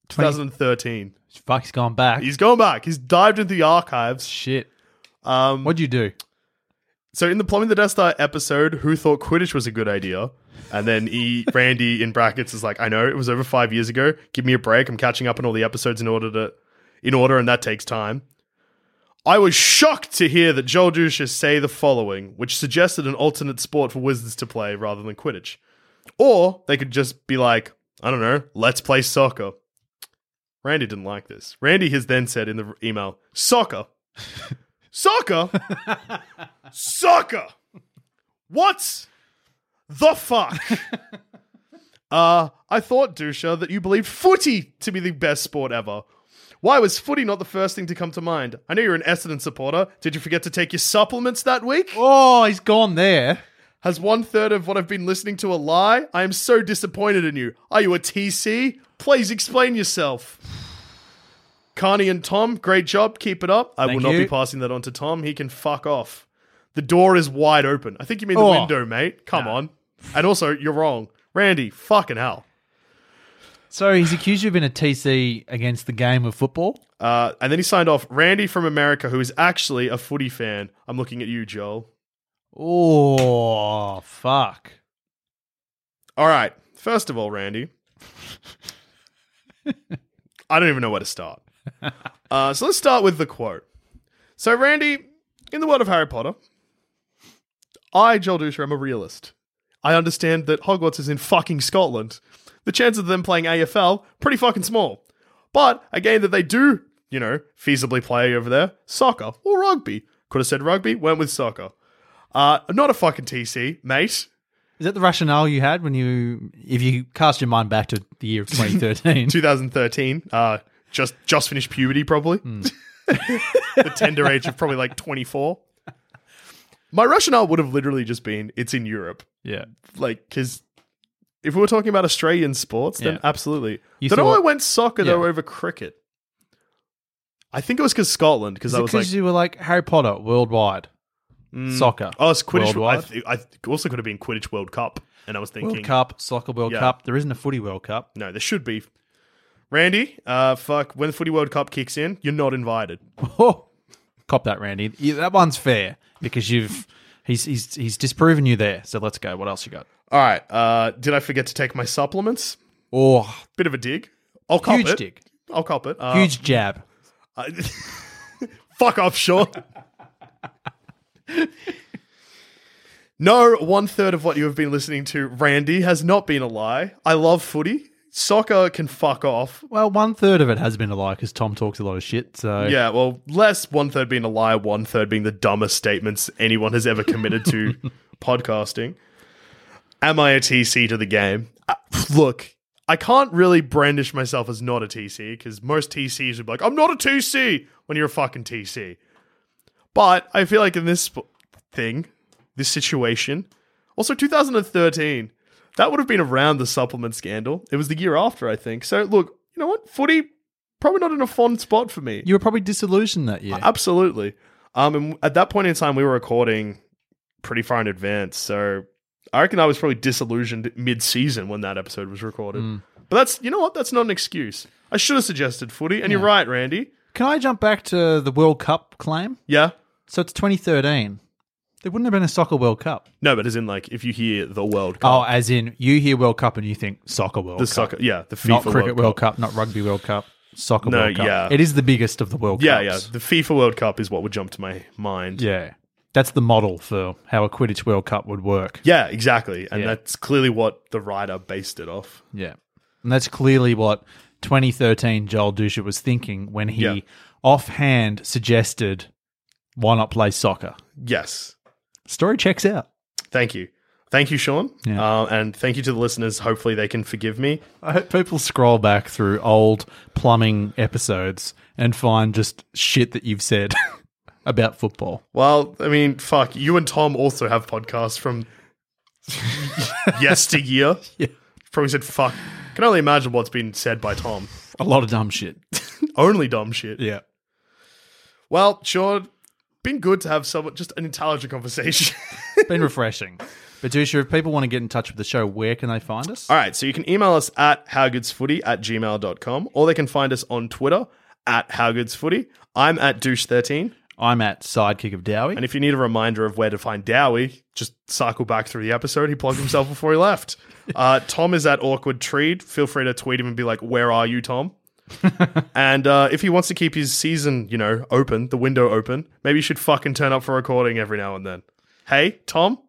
S3: 20,
S2: 2013.
S3: fuck, he's gone back.
S2: He's gone back. He's dived into the archives.
S3: Shit.
S2: Um,
S3: What'd you do?
S2: So in the Plumbing the Death Star episode, who thought Quidditch was a good idea? And then E Randy in brackets is like, I know it was over five years ago. Give me a break. I'm catching up on all the episodes in order to in order, and that takes time. I was shocked to hear that Joel Dusha say the following, which suggested an alternate sport for wizards to play rather than Quidditch. Or they could just be like, I don't know, let's play soccer. Randy didn't like this. Randy has then said in the email, soccer. Soccer? soccer. What the fuck? uh, I thought, Dusha, that you believed footy to be the best sport ever. Why was footy not the first thing to come to mind? I know you're an Essendon supporter. Did you forget to take your supplements that week?
S3: Oh, he's gone there.
S2: Has one third of what I've been listening to a lie? I am so disappointed in you. Are you a TC? Please explain yourself. Carney and Tom, great job. Keep it up. I
S3: Thank
S2: will not
S3: you.
S2: be passing that on to Tom. He can fuck off. The door is wide open. I think you mean the
S3: Oh.
S2: window, mate. Come on. And also, you're wrong. Randy, fucking hell.
S3: So he's accused you of being a TC against the game of football.
S2: Uh, and then he signed off Randy from America, who is actually a footy fan. I'm looking at you, Joel.
S3: Oh fuck!
S2: All right. First of all, Randy, I don't even know where to start. Uh, so let's start with the quote. So, Randy, in the world of Harry Potter, I, Joel Dusher, am a realist. I understand that Hogwarts is in fucking Scotland. The chance of them playing AFL, pretty fucking small. But a game that they do, you know, feasibly play over there, soccer or rugby. Could have said rugby, went with soccer. Uh, not a fucking TC, mate.
S3: Is that the rationale you had when you, if you cast your mind back to the year of 2013?
S2: 2013. Uh, just just finished puberty, probably.
S3: Hmm.
S2: the tender age of probably like 24. My rationale would have literally just been it's in Europe,
S3: yeah,
S2: like because if we were talking about Australian sports, then
S3: Yeah.
S2: absolutely.
S3: You
S2: but
S3: thought-
S2: I went soccer though
S3: Yeah.
S2: over cricket. I think it was because Scotland, because
S3: Is
S2: I
S3: it
S2: was
S3: because
S2: like,
S3: you were like Harry Potter worldwide soccer?
S2: oh, it's Quidditch. I,
S3: worldwide.
S2: th- I th- also could have been Quidditch World Cup, and I was thinking,
S3: World Cup, soccer World
S2: Yeah.
S3: Cup. There isn't a footy World Cup.
S2: no, there should be. Randy, uh, fuck, when the Footy World Cup kicks in, you're not invited.
S3: Oh, cop that, Randy. Yeah, that one's fair because you've he's he's he's disproven you there. So let's go. What else you got?
S2: All right. Uh, did I forget to take my supplements?
S3: Oh,
S2: Bit of a dig. I'll cop
S3: huge
S2: it.
S3: dig,
S2: I'll cop it. Uh,
S3: huge jab.
S2: fuck off, Sean. no, one third of what you have been listening to, Randy, has not been a lie. I love footy. Soccer can fuck off.
S3: Well, one third of it has been a lie because Tom talks a lot of shit. So
S2: Yeah, well, less one third being a lie, one third being the dumbest statements anyone has ever committed to podcasting. Am I a TC to the game? Uh, look, I can't really brandish myself as not a TC because most TCs would be like, I'm not a TC when you're a fucking TC. But I feel like in this sp- thing, this situation, also 2013, that would have been around the supplement scandal. It was the year after, I think. So look, you know what? Footy, probably not in a fond spot for me.
S3: you were probably disillusioned that year.
S2: Absolutely. Um, and at that point in time, we were recording pretty far in advance, so I reckon I was probably disillusioned mid-season when that episode was recorded.
S3: Mm.
S2: But that's you know what? That's not an excuse. I should have suggested footy, and you're right, Randy.
S3: Can I jump back to the World Cup claim?
S2: Yeah.
S3: So it's 2013. There wouldn't have been a soccer World Cup.
S2: No, but as in like if you hear the World
S3: Oh,
S2: Cup,
S3: as in you hear World Cup and you think soccer World
S2: the
S3: Cup,
S2: soccer, yeah, the FIFA
S3: not cricket
S2: World
S3: World Cup. not rugby World Cup, soccer
S2: No,
S3: World Cup.
S2: yeah.
S3: It is the biggest of the World
S2: Yeah, yeah,
S3: Cups.
S2: the FIFA World Cup is what would jump to my mind.
S3: Yeah. That's the model for how a Quidditch World Cup would work.
S2: Yeah, exactly, and
S3: Yeah.
S2: that's clearly what the writer based it off.
S3: Yeah. And that's clearly what 2013 Joel Dusha was thinking when he
S2: Yeah.
S3: offhand suggested, why not play soccer?
S2: Yes,
S3: Story checks out.
S2: Thank you. Thank you, Sean.
S3: Yeah.
S2: Uh, and thank you to the listeners. Hopefully, they can forgive me.
S3: I hope people scroll back through old plumbing episodes and find just shit that you've said about football.
S2: Well, I mean, fuck. You and Tom also have podcasts from yesteryear.
S3: Yeah.
S2: Probably said fuck. Can only imagine what's been said by Tom.
S3: A lot of dumb shit.
S2: Only dumb shit.
S3: Yeah.
S2: Well, Sean, been good to have someone just an intelligent conversation.
S3: Been refreshing. But Dusha, if people want to get in touch with the show, where can they find us?
S2: All right, so you can email us at howgoodsfooty at gmail.com or they can find us on Twitter at howgoodsfooty. I'm at douche13.
S3: I'm at Sidekick of Dowie.
S2: And if you need a reminder of where to find Dowie, just cycle back through the episode. He plugged himself before he left. Uh, Tom is at Awkward Treed. Feel free to tweet him and be like, Where are you, Tom? and uh, if he wants to keep his season, you know, open, the window open, maybe you should fucking turn up for recording every now and then. Hey, Tom?